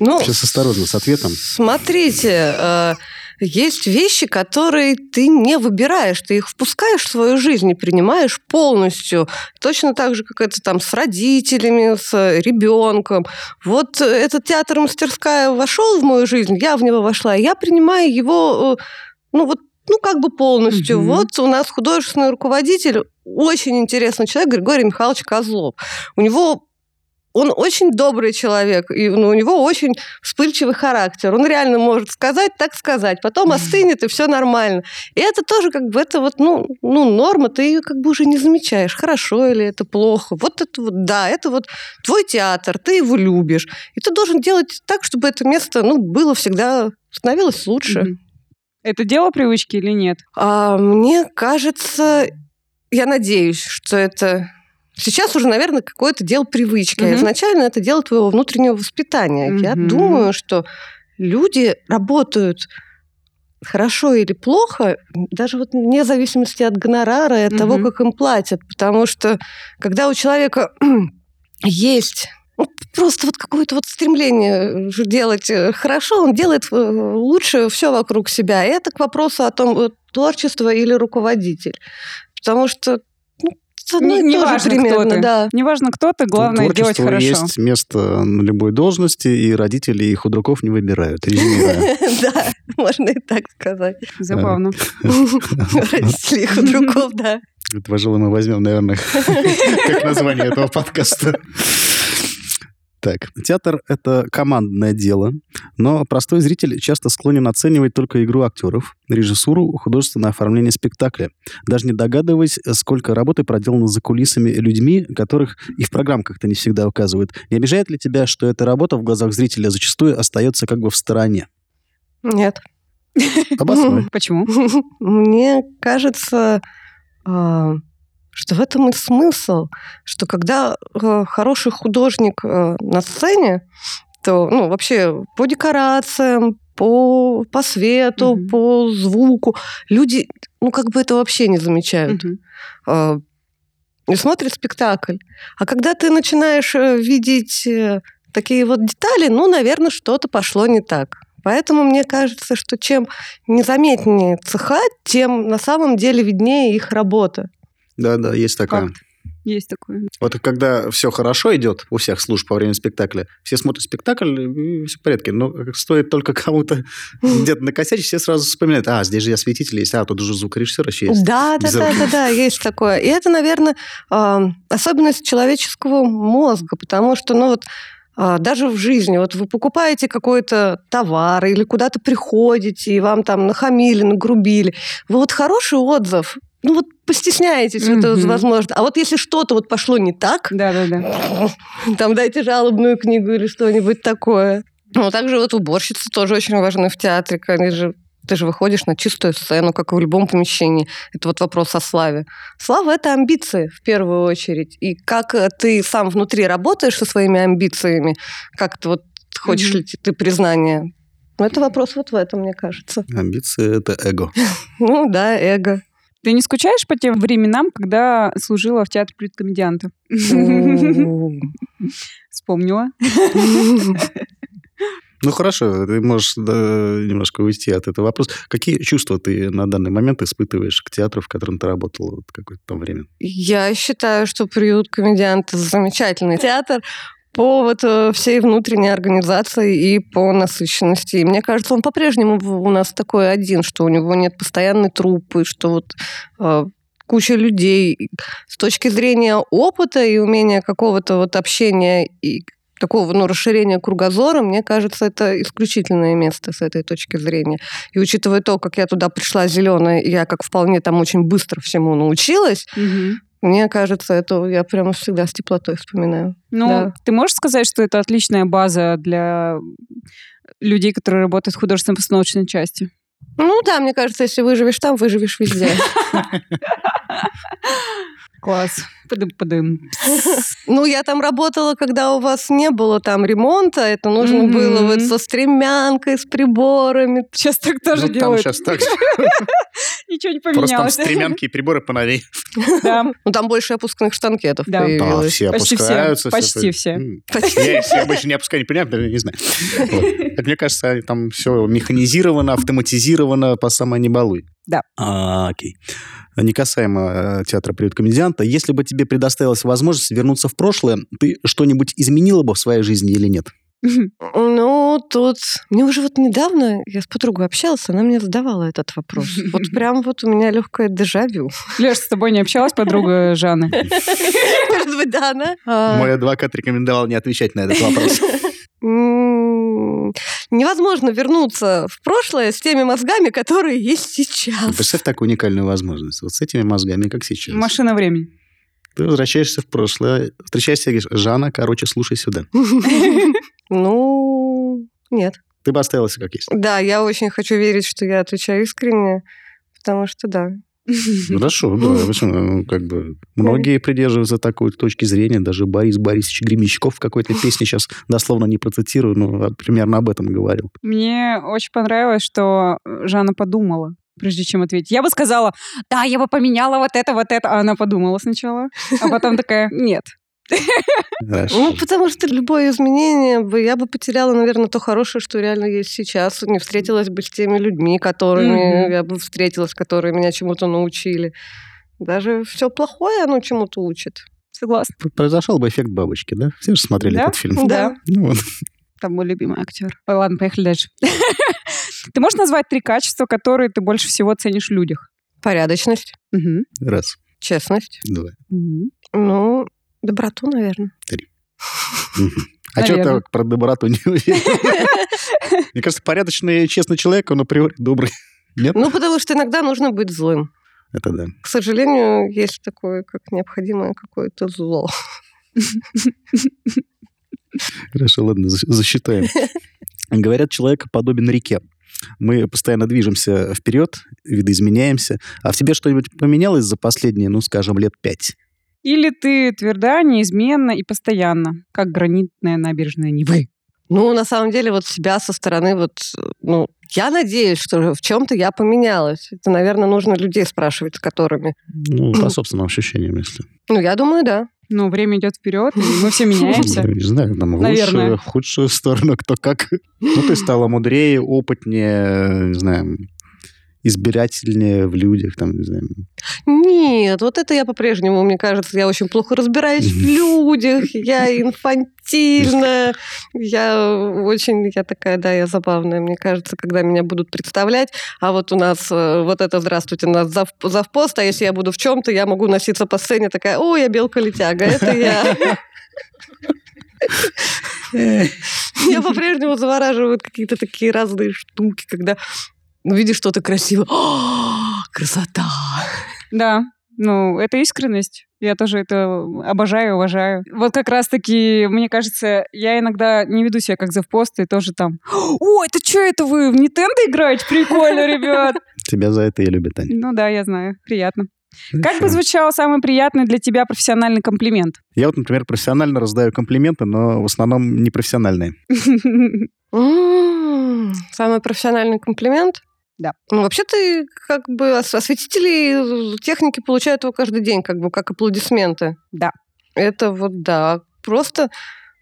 C: Ну,
A: Сейчас осторожно с ответом.
C: Смотрите, э, есть вещи, которые ты не выбираешь, ты их впускаешь в свою жизнь и принимаешь полностью, точно так же, как это там с родителями, с э, ребенком. Вот э, этот театр мастерская вошел в мою жизнь, я в него вошла, и я принимаю его, э, ну вот, ну как бы полностью.
B: Мгм.
C: Вот у нас художественный руководитель, очень интересный человек Григорий Михайлович Козлов. У него он очень добрый человек, и ну, у него очень вспыльчивый характер. Он реально может сказать, так сказать, потом остынет, и все нормально. И это тоже как бы, это вот, ну, ну норма, ты ее как бы уже не замечаешь, хорошо или это плохо. Вот это вот, да, это вот твой театр, ты его любишь. И ты должен делать так, чтобы это место, ну, было всегда, становилось лучше.
B: Мгм. Это дело привычки или нет?
C: А, мне кажется, я надеюсь, что это сейчас уже, наверное, какое-то дело привычки. а
B: Мгм.
C: Изначально это дело твоего внутреннего воспитания. Я
B: Мгм.
C: думаю, что люди работают хорошо или плохо, даже вот вне зависимости от гонорара и от того,
B: Мгм.
C: как им платят. Потому что когда у человека есть ну, просто вот какое-то вот стремление же делать э, хорошо, он делает э, лучше все вокруг себя. И это к вопросу о том, э, творчество или руководитель. Потому что ну, это одно
B: Не-
C: и
B: не
C: то же
B: важно, кто
C: примерно,
B: ты.
C: да.
B: Неважно, кто ты, главное делать
A: Творчеству
B: хорошо.
A: есть место на любой должности, и родители и худруков не выбирают. Резюмируя.
C: Да, можно и так сказать.
B: Забавно.
C: Родители их у другов, да.
A: Это, пожалуй, мы возьмем, наверное, как название этого подкаста. Так, театр — это командное дело, но простой зритель часто склонен оценивать только игру актеров, режиссуру, художественное оформление спектакля, даже не догадываясь, сколько работы проделано за кулисами людьми, которых и в программках-то не всегда указывают. Не обижает ли тебя, что эта работа в глазах зрителя зачастую остается как бы в стороне?
C: Нет.
A: Обоснуй.
B: Почему?
C: Мне кажется, а, что в этом и смысл, что когда э, хороший художник э, на сцене, то ну, вообще по декорациям, по, по свету,
B: Мгм.
C: по звуку, люди ну, как бы это вообще не замечают.
B: Мгм.
C: э, и смотрит спектакль. А когда ты начинаешь э, видеть э, такие вот детали, ну, наверное, что-то пошло не так. Поэтому мне кажется, что чем незаметнее цеха, тем на самом деле виднее их работа.
A: Да-да, есть такая.
B: Факт. Есть такое.
A: Вот когда все хорошо идет у всех служб во время спектакля, все смотрят спектакль, и все в порядке. Но как стоит только кому-то где-то накосячить, все сразу вспоминают, а, здесь же я светитель есть, а, тут же звукорежиссер еще есть.
C: Да, да,
A: Без
C: да,
A: рук.
C: да, да, есть такое. И это, наверное, а, особенность человеческого мозга, потому что, ну вот, а, даже в жизни, вот вы покупаете какой-то товар или куда-то приходите, и вам там нахамили, нагрубили. Вы вот хороший отзыв, ну вот постесняетесь
B: Мгм.
C: этого, возможно. А вот если что-то вот пошло не так,
B: Да-да-да.
C: там дайте жалобную книгу или что-нибудь такое. Ну, также вот уборщицы тоже очень важны в театре, конечно. Ты же выходишь на чистую сцену, как и в любом помещении. Это вот вопрос о славе. Слава — это амбиции, в первую очередь. И как э, ты сам внутри работаешь со своими амбициями, как ты вот хочешь
B: Мгм.
C: ли ты признания. Ну, это вопрос вот в этом, мне кажется.
A: Амбиции — это эго.
C: Ну, да, эго.
B: Ты не скучаешь по тем временам, когда служила в театре предкомедианта? Вспомнила.
A: Ну, хорошо, ты можешь да, немножко уйти от этого вопроса. Какие чувства ты на данный момент испытываешь к театру, в котором ты работала вот какое-то там время?
C: Я считаю, что приют комедианта замечательный театр по вот э, всей внутренней организации и по насыщенности. И мне кажется, он по-прежнему в- у нас такой один, что у него нет постоянной трупы, что вот э, куча людей. И С точки зрения опыта и умения какого-то вот общения и такого, ну, расширения кругозора, мне кажется, это исключительное место с этой точки зрения. И учитывая то, как я туда пришла зеленая, я как вполне там очень быстро всему научилась,
B: Мгм.
C: мне кажется, это я прямо всегда с теплотой вспоминаю.
B: Ну,
C: Да.
B: ты можешь сказать, что это отличная база для людей, которые работают в художественно-постановочной части?
C: Ну да, мне кажется, если выживешь там, выживешь везде.
B: Класс. Подым-подым.
C: Ну, я там работала, когда у вас не было там ремонта, это нужно
B: Мгм.
C: было вот со стремянкой, с приборами.
B: Сейчас так тоже
A: Ну, там
B: делают.
A: сейчас так же.
B: Ничего не
A: Просто там
B: поменялось.
A: стремянки и приборы поновей.
B: Да,
C: Ну, там больше опускных штанкетов
B: Да.
A: Да,
C: появилось.
A: А, все
B: Почти все,
A: опускаются.
B: почти
A: это-
B: все.
A: М. Я их обычно не опускаю, не понимаю, наверное, не знаю. Вот. Это, Мне кажется, они там все механизировано, автоматизировано по самой небалуй.
B: Да.
A: А, окей. Не касаемо э, театра «Приют комедианта», если бы тебе предоставилась возможность вернуться в прошлое, ты что-нибудь изменила бы в своей жизни или нет?
B: Мгм.
C: Ну, Ну, тут... Мне уже вот недавно, я с подругой общалась, она мне задавала этот вопрос. Вот прям вот у меня легкое дежавю.
B: Леш, с тобой не общалась подруга Жанны?
C: Может быть, да, она? А,
A: Мой адвокат рекомендовал не отвечать на этот вопрос.
C: м, Невозможно вернуться в прошлое с теми мозгами, которые есть сейчас.
A: Представь такую уникальную возможность. Вот с этими мозгами, как сейчас.
B: Машина времени.
A: Ты возвращаешься в прошлое, встречаешься и говоришь, Жанна, короче, слушай сюда.
C: Ну, нет.
A: Ты бы оставился как есть.
C: Да, я очень хочу верить, что я отвечаю искренне, потому что да.
A: Ну, Хорошо, да. Почему? Ну, Как бы многие придерживаются такой точки зрения. Даже Борис Борисович Гремещиков в какой-то песне сейчас дословно не процитирую, но примерно об этом говорил.
B: Мне очень понравилось, что Жанна подумала прежде чем ответить. Я бы сказала, да, я бы поменяла вот это, вот это. А она подумала сначала, а потом такая, нет.
A: Хорошо.
C: Ну, потому что любое изменение, бы, я бы потеряла, наверное, то хорошее, что реально есть сейчас, не встретилась бы с теми людьми, которыми
B: Мгм.
C: я бы встретилась, которые меня чему-то научили. Даже все плохое, оно чему-то учит.
B: Согласна.
A: Произошел бы эффект бабочки, да? Все же смотрели
B: Да?
A: этот фильм.
C: Да.
A: Ну, вот.
B: Там мой любимый актер. Ой, ладно, поехали дальше. Ты можешь назвать три качества, которые ты больше всего ценишь в людях?
C: Порядочность,
B: Мгм.
A: Раз,
C: честность,
A: два.
B: Мгм.
C: ну, доброту, наверное.
A: А что
B: Наверное.
A: так про доброту не уверен? Мне кажется, порядочный и честный человек, он априори добрый. Нет?
C: Ну, потому что иногда нужно быть злым.
A: Это да.
C: К сожалению, есть такое, как необходимое какое-то зло.
A: Хорошо, ладно, за- засчитаем. Говорят, человек подобен реке. Мы постоянно движемся вперед, видоизменяемся. А в тебе что-нибудь поменялось за последние, ну, скажем, лет пять?
B: Или ты тверда, неизменна и постоянна, как гранитная набережная Невы.
C: Ну, на самом деле, вот себя со стороны, вот, э, ну, я надеюсь, что в чем-то я поменялась. Это, наверное, нужно людей спрашивать, с которыми.
A: Ну, по собственным ощущениям, если.
C: Ну, я думаю, да.
B: Но Ну, время идет вперед, и мы все меняемся.
A: Я Не знаю, там, в
B: Наверное.
A: лучшую, в худшую сторону, кто как. Ну, ты стала мудрее, опытнее, не знаю, избирательнее в людях, там, не знаю.
C: Нет, вот это я по-прежнему, мне кажется, я очень плохо разбираюсь в людях, я инфантильная, я очень, я такая, да, я забавная, мне кажется, когда меня будут представлять, а вот у нас э, вот это, здравствуйте, у нас зав, завпост, а если я буду в чем-то, я могу носиться по сцене такая, о, я белка-летяга, это я. Меня по-прежнему завораживают какие-то такие разные штуки, когда ну, видишь что-то красивое. «А, Красота!
B: Да, ну, это искренность. Я тоже это обожаю, уважаю. Вот как раз-таки, мне кажется, я иногда не веду себя как завпост, и тоже там, о, это что это вы, в Нинтендо играете? Прикольно, ребят.
A: Тебя за это и любят, Аня.
B: Ну да, я знаю, приятно. Как
A: Хорошо.
B: бы звучал самый приятный для тебя профессиональный комплимент?
A: Я вот, например, профессионально раздаю комплименты, но в основном непрофессиональные.
B: А
C: М, Самый профессиональный комплимент?
B: Да.
C: Ну, вообще ты как бы ос- осветители техники получают его каждый день, как бы как аплодисменты.
B: Да.
C: Это вот да. Просто...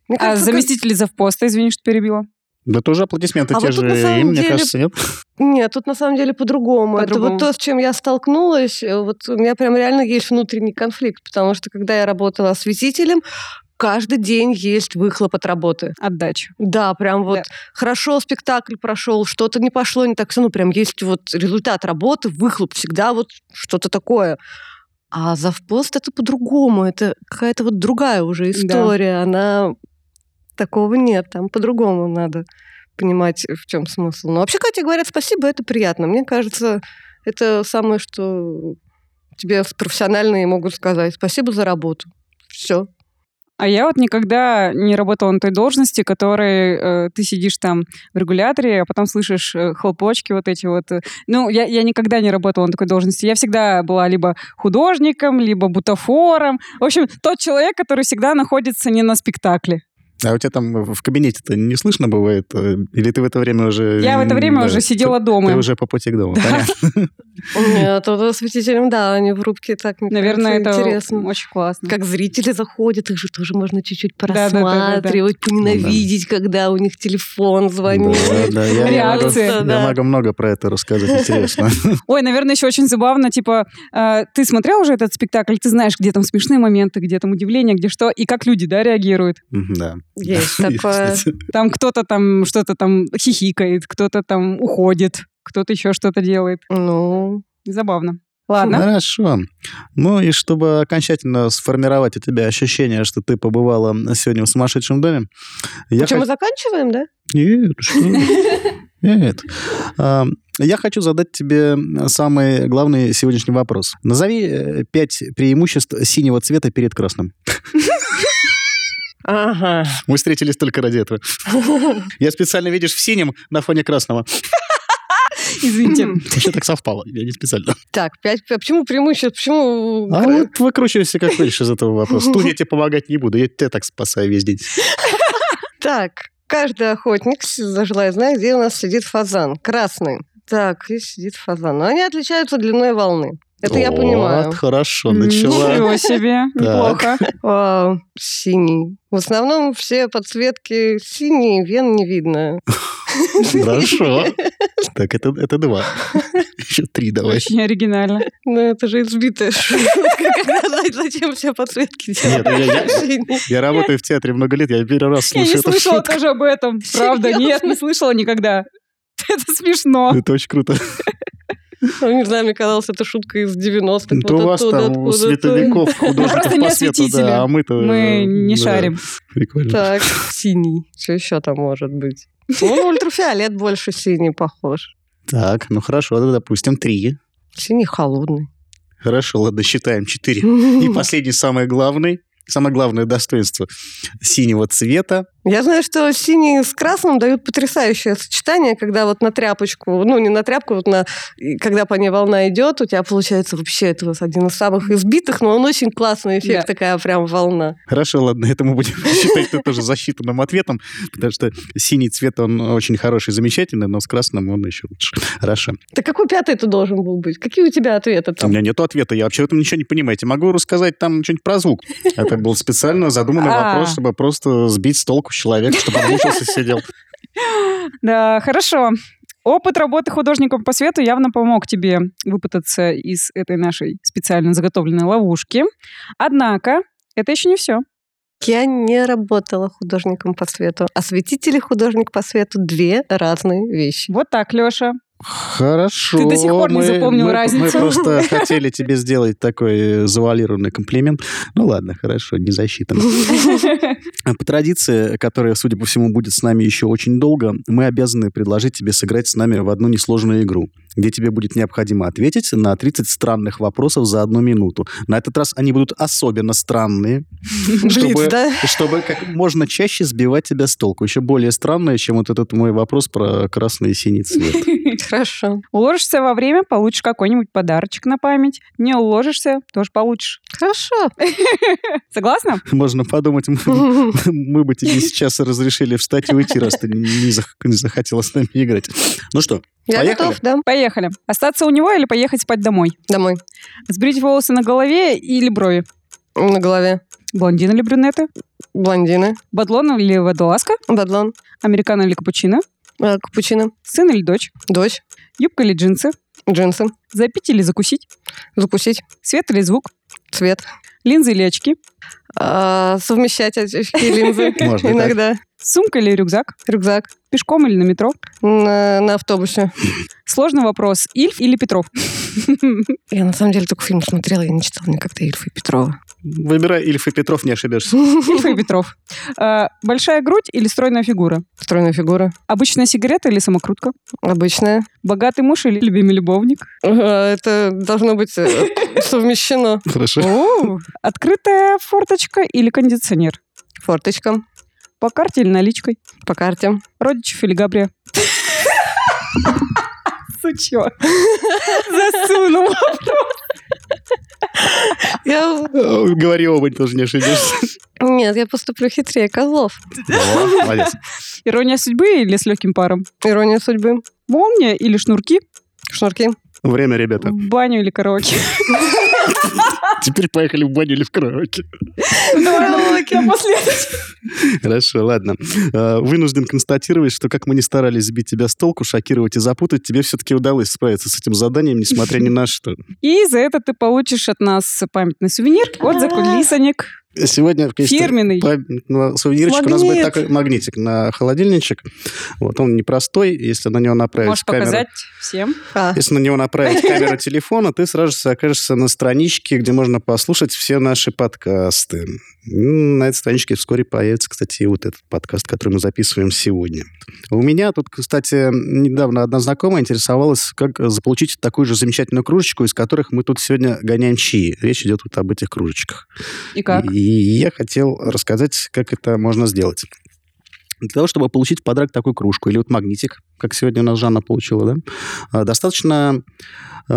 C: мне
B: А
C: кажется, как-
B: заместитель завпоста, извини, что перебила.
A: Да тоже аплодисменты
C: А
A: те
C: вот
A: же,
C: тут на самом
A: им, мне
C: деле-
A: кажется, нет?
C: Нет, тут на самом деле по-другому. это
B: По-другому.
C: вот то, с чем я столкнулась. э, Вот у меня прям реально есть внутренний конфликт, потому что когда я работала осветителем, каждый день есть выхлоп от работы.
B: Отдача.
C: Да, прям вот
B: Да.
C: хорошо спектакль прошел, что-то не пошло не так, ну прям есть вот результат работы, выхлоп всегда вот что-то такое. А завпост это по-другому, это какая-то вот другая уже история, она такого нет, там по-другому надо понимать, э, в чем смысл. Но вообще, когда тебе говорят спасибо, это приятно. Мне кажется, это самое, что тебе профессиональные могут сказать. Спасибо за работу. Все.
B: А я вот никогда не работала на той должности, которой э, ты сидишь там в регуляторе, а потом слышишь э, хлопочки вот эти вот. э. Ну, я, я никогда не работала на такой должности. Я всегда была либо художником, либо бутафором. В общем, тот человек, который всегда находится не на спектакле.
A: А у тебя там в кабинете-то не слышно бывает? э, Или ты в это время уже...
B: Я в это время
A: Да,
B: уже сидела
A: Ты, ты
B: дома.
A: уже по пути к дому, понятно.
C: Нет, вот осветителям, да, они в рубке так, мне
B: Наверное,
C: кажется,
B: это
C: интересно.
B: очень классно.
C: Как зрители заходят, их же тоже можно чуть-чуть
B: да, да, да, Ну да.
C: порассматривать, поненавидеть, когда у них телефон звонит.
A: Да, да, я- я могу-
B: Реакция,
A: Я
C: да.
A: могу много про это рассказать, интересно.
B: Ой, наверное, еще очень забавно, типа, э, ты смотрел уже этот спектакль, ты знаешь, где там смешные моменты, где там удивление, где что, и как люди, да, реагируют.
A: Мгм, Да.
C: Есть
B: э,
C: такое.
B: Там кто-то там что-то там хихикает, кто-то там уходит, кто-то еще что-то делает.
C: Ну,
B: Забавно. Ладно.
A: Хорошо. Ну и чтобы окончательно сформировать у тебя ощущение, что ты побывала сегодня в сумасшедшем доме, я
C: что, мы
A: хочу...
C: заканчиваем, да?
A: Нет, что вы. Нет. А, Я хочу задать тебе самый главный сегодняшний вопрос. Назови э, пять преимуществ синего цвета перед красным.
C: Ага.
A: Мы встретились только ради этого. Я специально, видишь, в синем на фоне красного.
B: Извините.
A: Вообще так совпало. Я не специально.
C: Так, пять. а Почему преимущество? Почему?
A: А
C: кра-
A: вот выкручивайся как хочешь из этого вопроса. Тут я тебе помогать не буду. Я тебя так спасаю весь день.
C: Так, каждый охотник, зажелая, знает, где у нас сидит фазан. Красный. Так, и сидит фазан. Но они отличаются длиной волны. Это я
A: Вот,
C: понимаю.
A: хорошо, начала.
B: Ничего себе. Неплохо.
C: А, синий. В основном все подсветки синие, вен не видно.
A: Хорошо. Так, это, это два. Еще три давай.
B: Очень оригинально.
C: Но это же избитая шутка. Когда- Зачем все подсветки
A: Нет,
C: делать?
A: я, я-
C: Синий.
A: я работаю в театре много лет, я первый раз
B: Я
A: слушаю
B: не
A: эту
B: слышала
A: шутку.
B: тоже об этом. Правда,
C: Серьезно?
B: нет, не слышала никогда. Это смешно.
A: Это очень круто.
C: Ну, Не знаю, мне казалось, это шутка из 90-х.
A: То у вас там у световиков
B: Просто
A: художников
B: не
A: по свету,
B: осветители.
A: да, а мы-то...
B: Мы не
A: да,
B: шарим.
A: Прикольно.
C: Так, синий. Что еще там может быть? Он ультрафиолет больше синий похож.
A: Так, ну хорошо, да, допустим, три.
C: Синий холодный.
A: Хорошо, ладно, считаем четыре. И
C: Я
A: последний, самый главный, самое главное достоинство синего цвета.
C: знаю, что синий с красным дают потрясающее сочетание, когда вот на тряпочку, ну не на тряпку, вот на, и когда по ней волна идет, у тебя получается вообще это вот один из самых избитых, но он очень классный эффект, такая прям волна.
A: Хорошо, ладно, это мы будем считать это тоже засчитанным ответом, потому что синий цвет, он очень хороший, замечательный, но с красным он еще лучше. Хорошо.
C: Так какой пятый ты должен был быть? Какие у тебя ответы
A: У
C: там?
A: меня нет ответа, я вообще в этом ничего не понимаю. Я тебе могу рассказать там что-нибудь про звук. Это был специально задуманный
B: А.
A: вопрос, чтобы просто сбить с толку человека, чтобы он мучился сидел.
B: Да, хорошо. Опыт работы художником по свету явно помог тебе выпутаться из этой нашей специально заготовленной ловушки. Однако это еще не все.
C: Я не работала художником по свету. Осветитель и художник по свету две разные вещи.
B: Вот так, Леша.
A: Хорошо.
B: Ты до сих пор не
A: мы-
B: запомнил
A: мы- Мы
B: разницу.
A: просто хотели тебе сделать такой э, завуалированный комплимент. Ну ладно, хорошо, не засчитано. А По традиции, которая, судя по всему, будет с нами еще очень долго, мы обязаны предложить тебе сыграть с нами в одну несложную игру, где тебе будет необходимо ответить на 30 странных вопросов за одну минуту. На этот раз они будут особенно странные,
C: Блиц,
A: чтобы-
C: да?
A: чтобы как можно чаще сбивать тебя с толку. Еще более странные, чем вот этот мой вопрос про красный и синий цвет.
C: Хорошо.
B: Уложишься во время, получишь какой-нибудь подарочек на память. Не уложишься, тоже получишь.
C: Хорошо.
B: Согласна?
A: Можно подумать, мы, мы бы тебе сейчас разрешили встать и уйти, раз ты не, зах- не захотела с нами играть. Ну что,
C: Я
A: Поехали?
C: готов, да?
B: Поехали. Остаться у него или поехать спать домой?
C: Домой.
B: Сбрить волосы на голове или брови?
C: На голове.
B: Блондин или брюнеты?
C: Блондины.
B: Бадлон или водолазка?
C: Бадлон.
B: Американо или капучино?
C: э, Капучино.
B: Сын или дочь?
C: Дочь.
B: Юбка или джинсы?
C: Джинсы.
B: Запить или закусить?
C: Закусить.
B: Свет или звук?
C: Цвет.
B: Линзы или очки?
C: А, Совмещать очки и линзы.
A: Можно и так.
C: Иногда.
B: Сумка или рюкзак?
C: Рюкзак.
B: Пешком или на метро?
C: На на автобусе.
B: Сложный вопрос. Ильф или Петров?
C: Я на самом деле только фильм смотрела, я не читала никогда Ильфа и Петрова.
A: выбирай Ильф и Петров, не ошибешься.
B: Ильф и Петров. А, Большая грудь или стройная фигура?
C: Стройная фигура.
B: Обычная сигарета или самокрутка?
C: Обычная.
B: Богатый муж или любимый любовник?
C: А, Это должно быть э, совмещено.
A: Хорошо.
B: О, Открытая форточка или кондиционер?
C: Форточка.
B: По карте или наличкой?
C: По карте.
B: Родичев или Габрия? Сучок. Засунул.
C: Я...
A: Говори оба, тоже не ошибешься.
C: Нет, я поступлю хитрее Козлов.
A: О, Молодец.
B: Ирония судьбы или с легким паром?
C: Ирония судьбы.
B: Молния или шнурки?
C: Шнурки.
A: Время, ребята.
B: В баню или караоке?
A: Теперь поехали в баню или в караоке.
B: Караоке.
A: Хорошо, ладно. Э, Вынужден констатировать, что как мы не старались сбить тебя с толку, шокировать и запутать, тебе все-таки удалось справиться с этим заданием, несмотря ни на что.
B: И за это ты получишь от нас памятный сувенир от закулисанек.
A: Сегодня в качестве
B: Фирменный.
A: по- на сувенирчик у нас будет
C: Магнит.
A: такой магнитик на холодильничек. Вот он непростой, если на него направить
B: Можешь
A: камеру.
B: показать всем.
C: А,
A: Если на него направить камеру телефона, ты сразу же окажешься на страничке, где можно послушать все наши подкасты. М, На этой страничке вскоре появится, кстати, и вот этот подкаст, который мы записываем сегодня. У меня тут, кстати, недавно одна знакомая интересовалась, как заполучить такую же замечательную кружечку, из которых мы тут сегодня гоняем чаи. Речь идет вот об этих кружечках.
B: И как?
A: И я хотел рассказать, как это можно сделать. Для того, чтобы получить в подарок такую кружку или вот магнитик, как сегодня у нас Жанна получила, да, а, достаточно э,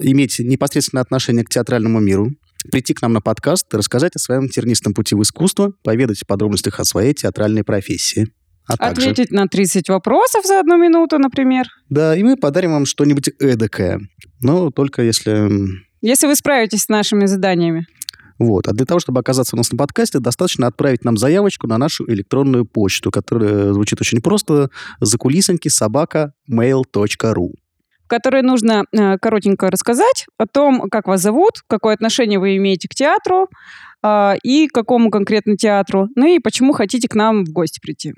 A: иметь непосредственное отношение к театральному миру, прийти к нам на подкаст, и рассказать о своем тернистом пути в искусство, поведать о подробностях о своей театральной профессии. А также-
B: Ответить на 30 вопросов за одну минуту, например.
A: Да, и мы подарим вам что-нибудь эдакое. Но только если м,
B: Если вы справитесь с нашими заданиями.
A: Вот. А для того, чтобы оказаться у нас на подкасте, достаточно отправить нам заявочку на нашу электронную почту, которая э, звучит очень просто. Закулисоньки собака mail.ru
B: В которой нужно э, коротенько рассказать о том, как вас зовут, какое отношение вы имеете к театру э, и к какому конкретно театру, ну и почему хотите к нам в гости прийти.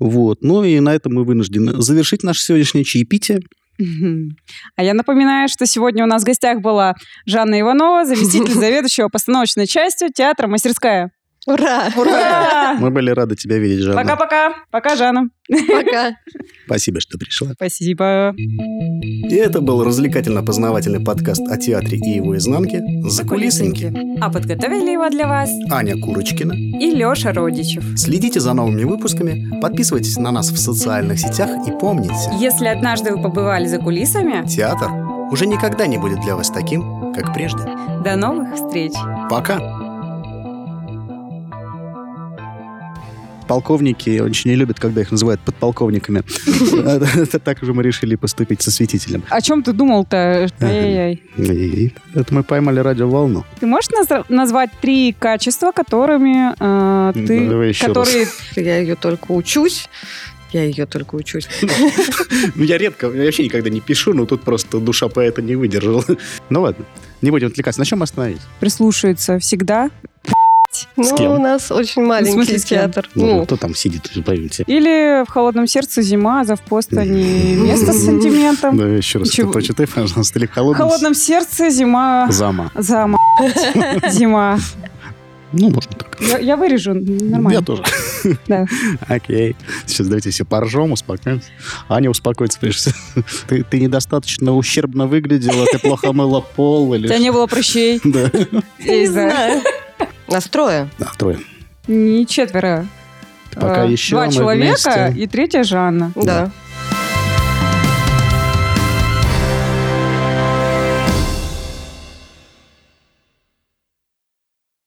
A: Вот. Ну и на этом мы вынуждены завершить наше сегодняшнее чаепитие.
B: Мгм. А я напоминаю, что сегодня у нас в гостях была Жанна Иванова, заместитель заведующего постановочной частью театра «Мастерская».
C: Ура!
B: Ура!
A: Мы были рады тебя видеть, Жанна.
B: Пока-пока. Пока, Жанна.
C: Пока!
A: Спасибо, что пришла.
B: Спасибо.
A: И это был развлекательно-познавательный подкаст о театре и его изнанке «Закулисоньки».
B: А подготовили его для вас
A: Аня Курочкина.
B: и Леша Родичев.
A: Следите за новыми выпусками, подписывайтесь на нас в социальных сетях и помните,
B: Если однажды вы побывали за кулисами,
A: театр уже никогда не будет для вас таким, как прежде.
B: до новых встреч.
A: Пока. Полковники очень не любят, когда их называют подполковниками. Это Так же мы решили поступить со светителем.
B: О чем ты думал-то? Ай-яй-яй.
A: И Это мы поймали радиоволну.
B: Ты можешь наз- назвать три качества, которыми э,
A: Ну, давай
B: ты...
A: еще
B: которые...
C: Я ее только учусь. Я ее только учусь.
A: Ну, я редко, я вообще никогда не пишу, но тут просто душа поэта не выдержала. Ну ладно, не будем отвлекаться. На чем мы остановились?
B: Прислушаются всегда.
C: Ну,
A: кем?
C: у нас очень
B: смысле,
C: маленький
B: с кем?
C: театр.
A: Ну,
C: Ну,
A: Кто там сидит, поймите.
B: Или в холодном сердце зима, а завпост они место с сантиментом.
A: Да, еще раз
B: Ничего.
A: это почитай, пожалуйста. Или
B: В
A: Ну, холодный
B: холодном сердце зима...
A: зама.
B: Зама. Зима.
A: Ну, можно так.
B: Я, я вырежу,
A: Я
B: нормально.
A: тоже.
B: Да.
A: Окей. Сейчас давайте все поржем, успокоимся. Аня успокоится, прежде всего. Ты, ты недостаточно ущербно выглядела, ты плохо мыла пол
B: У тебя
A: или...
B: не было прыщей.
A: Да.
B: Я не знаю.
C: настроя.
A: Да, трое.
B: Не четверо.
A: Пока
B: а,
A: еще
B: Два
A: мы
B: человека
A: вместе.
B: и третья Жанна.
C: Да.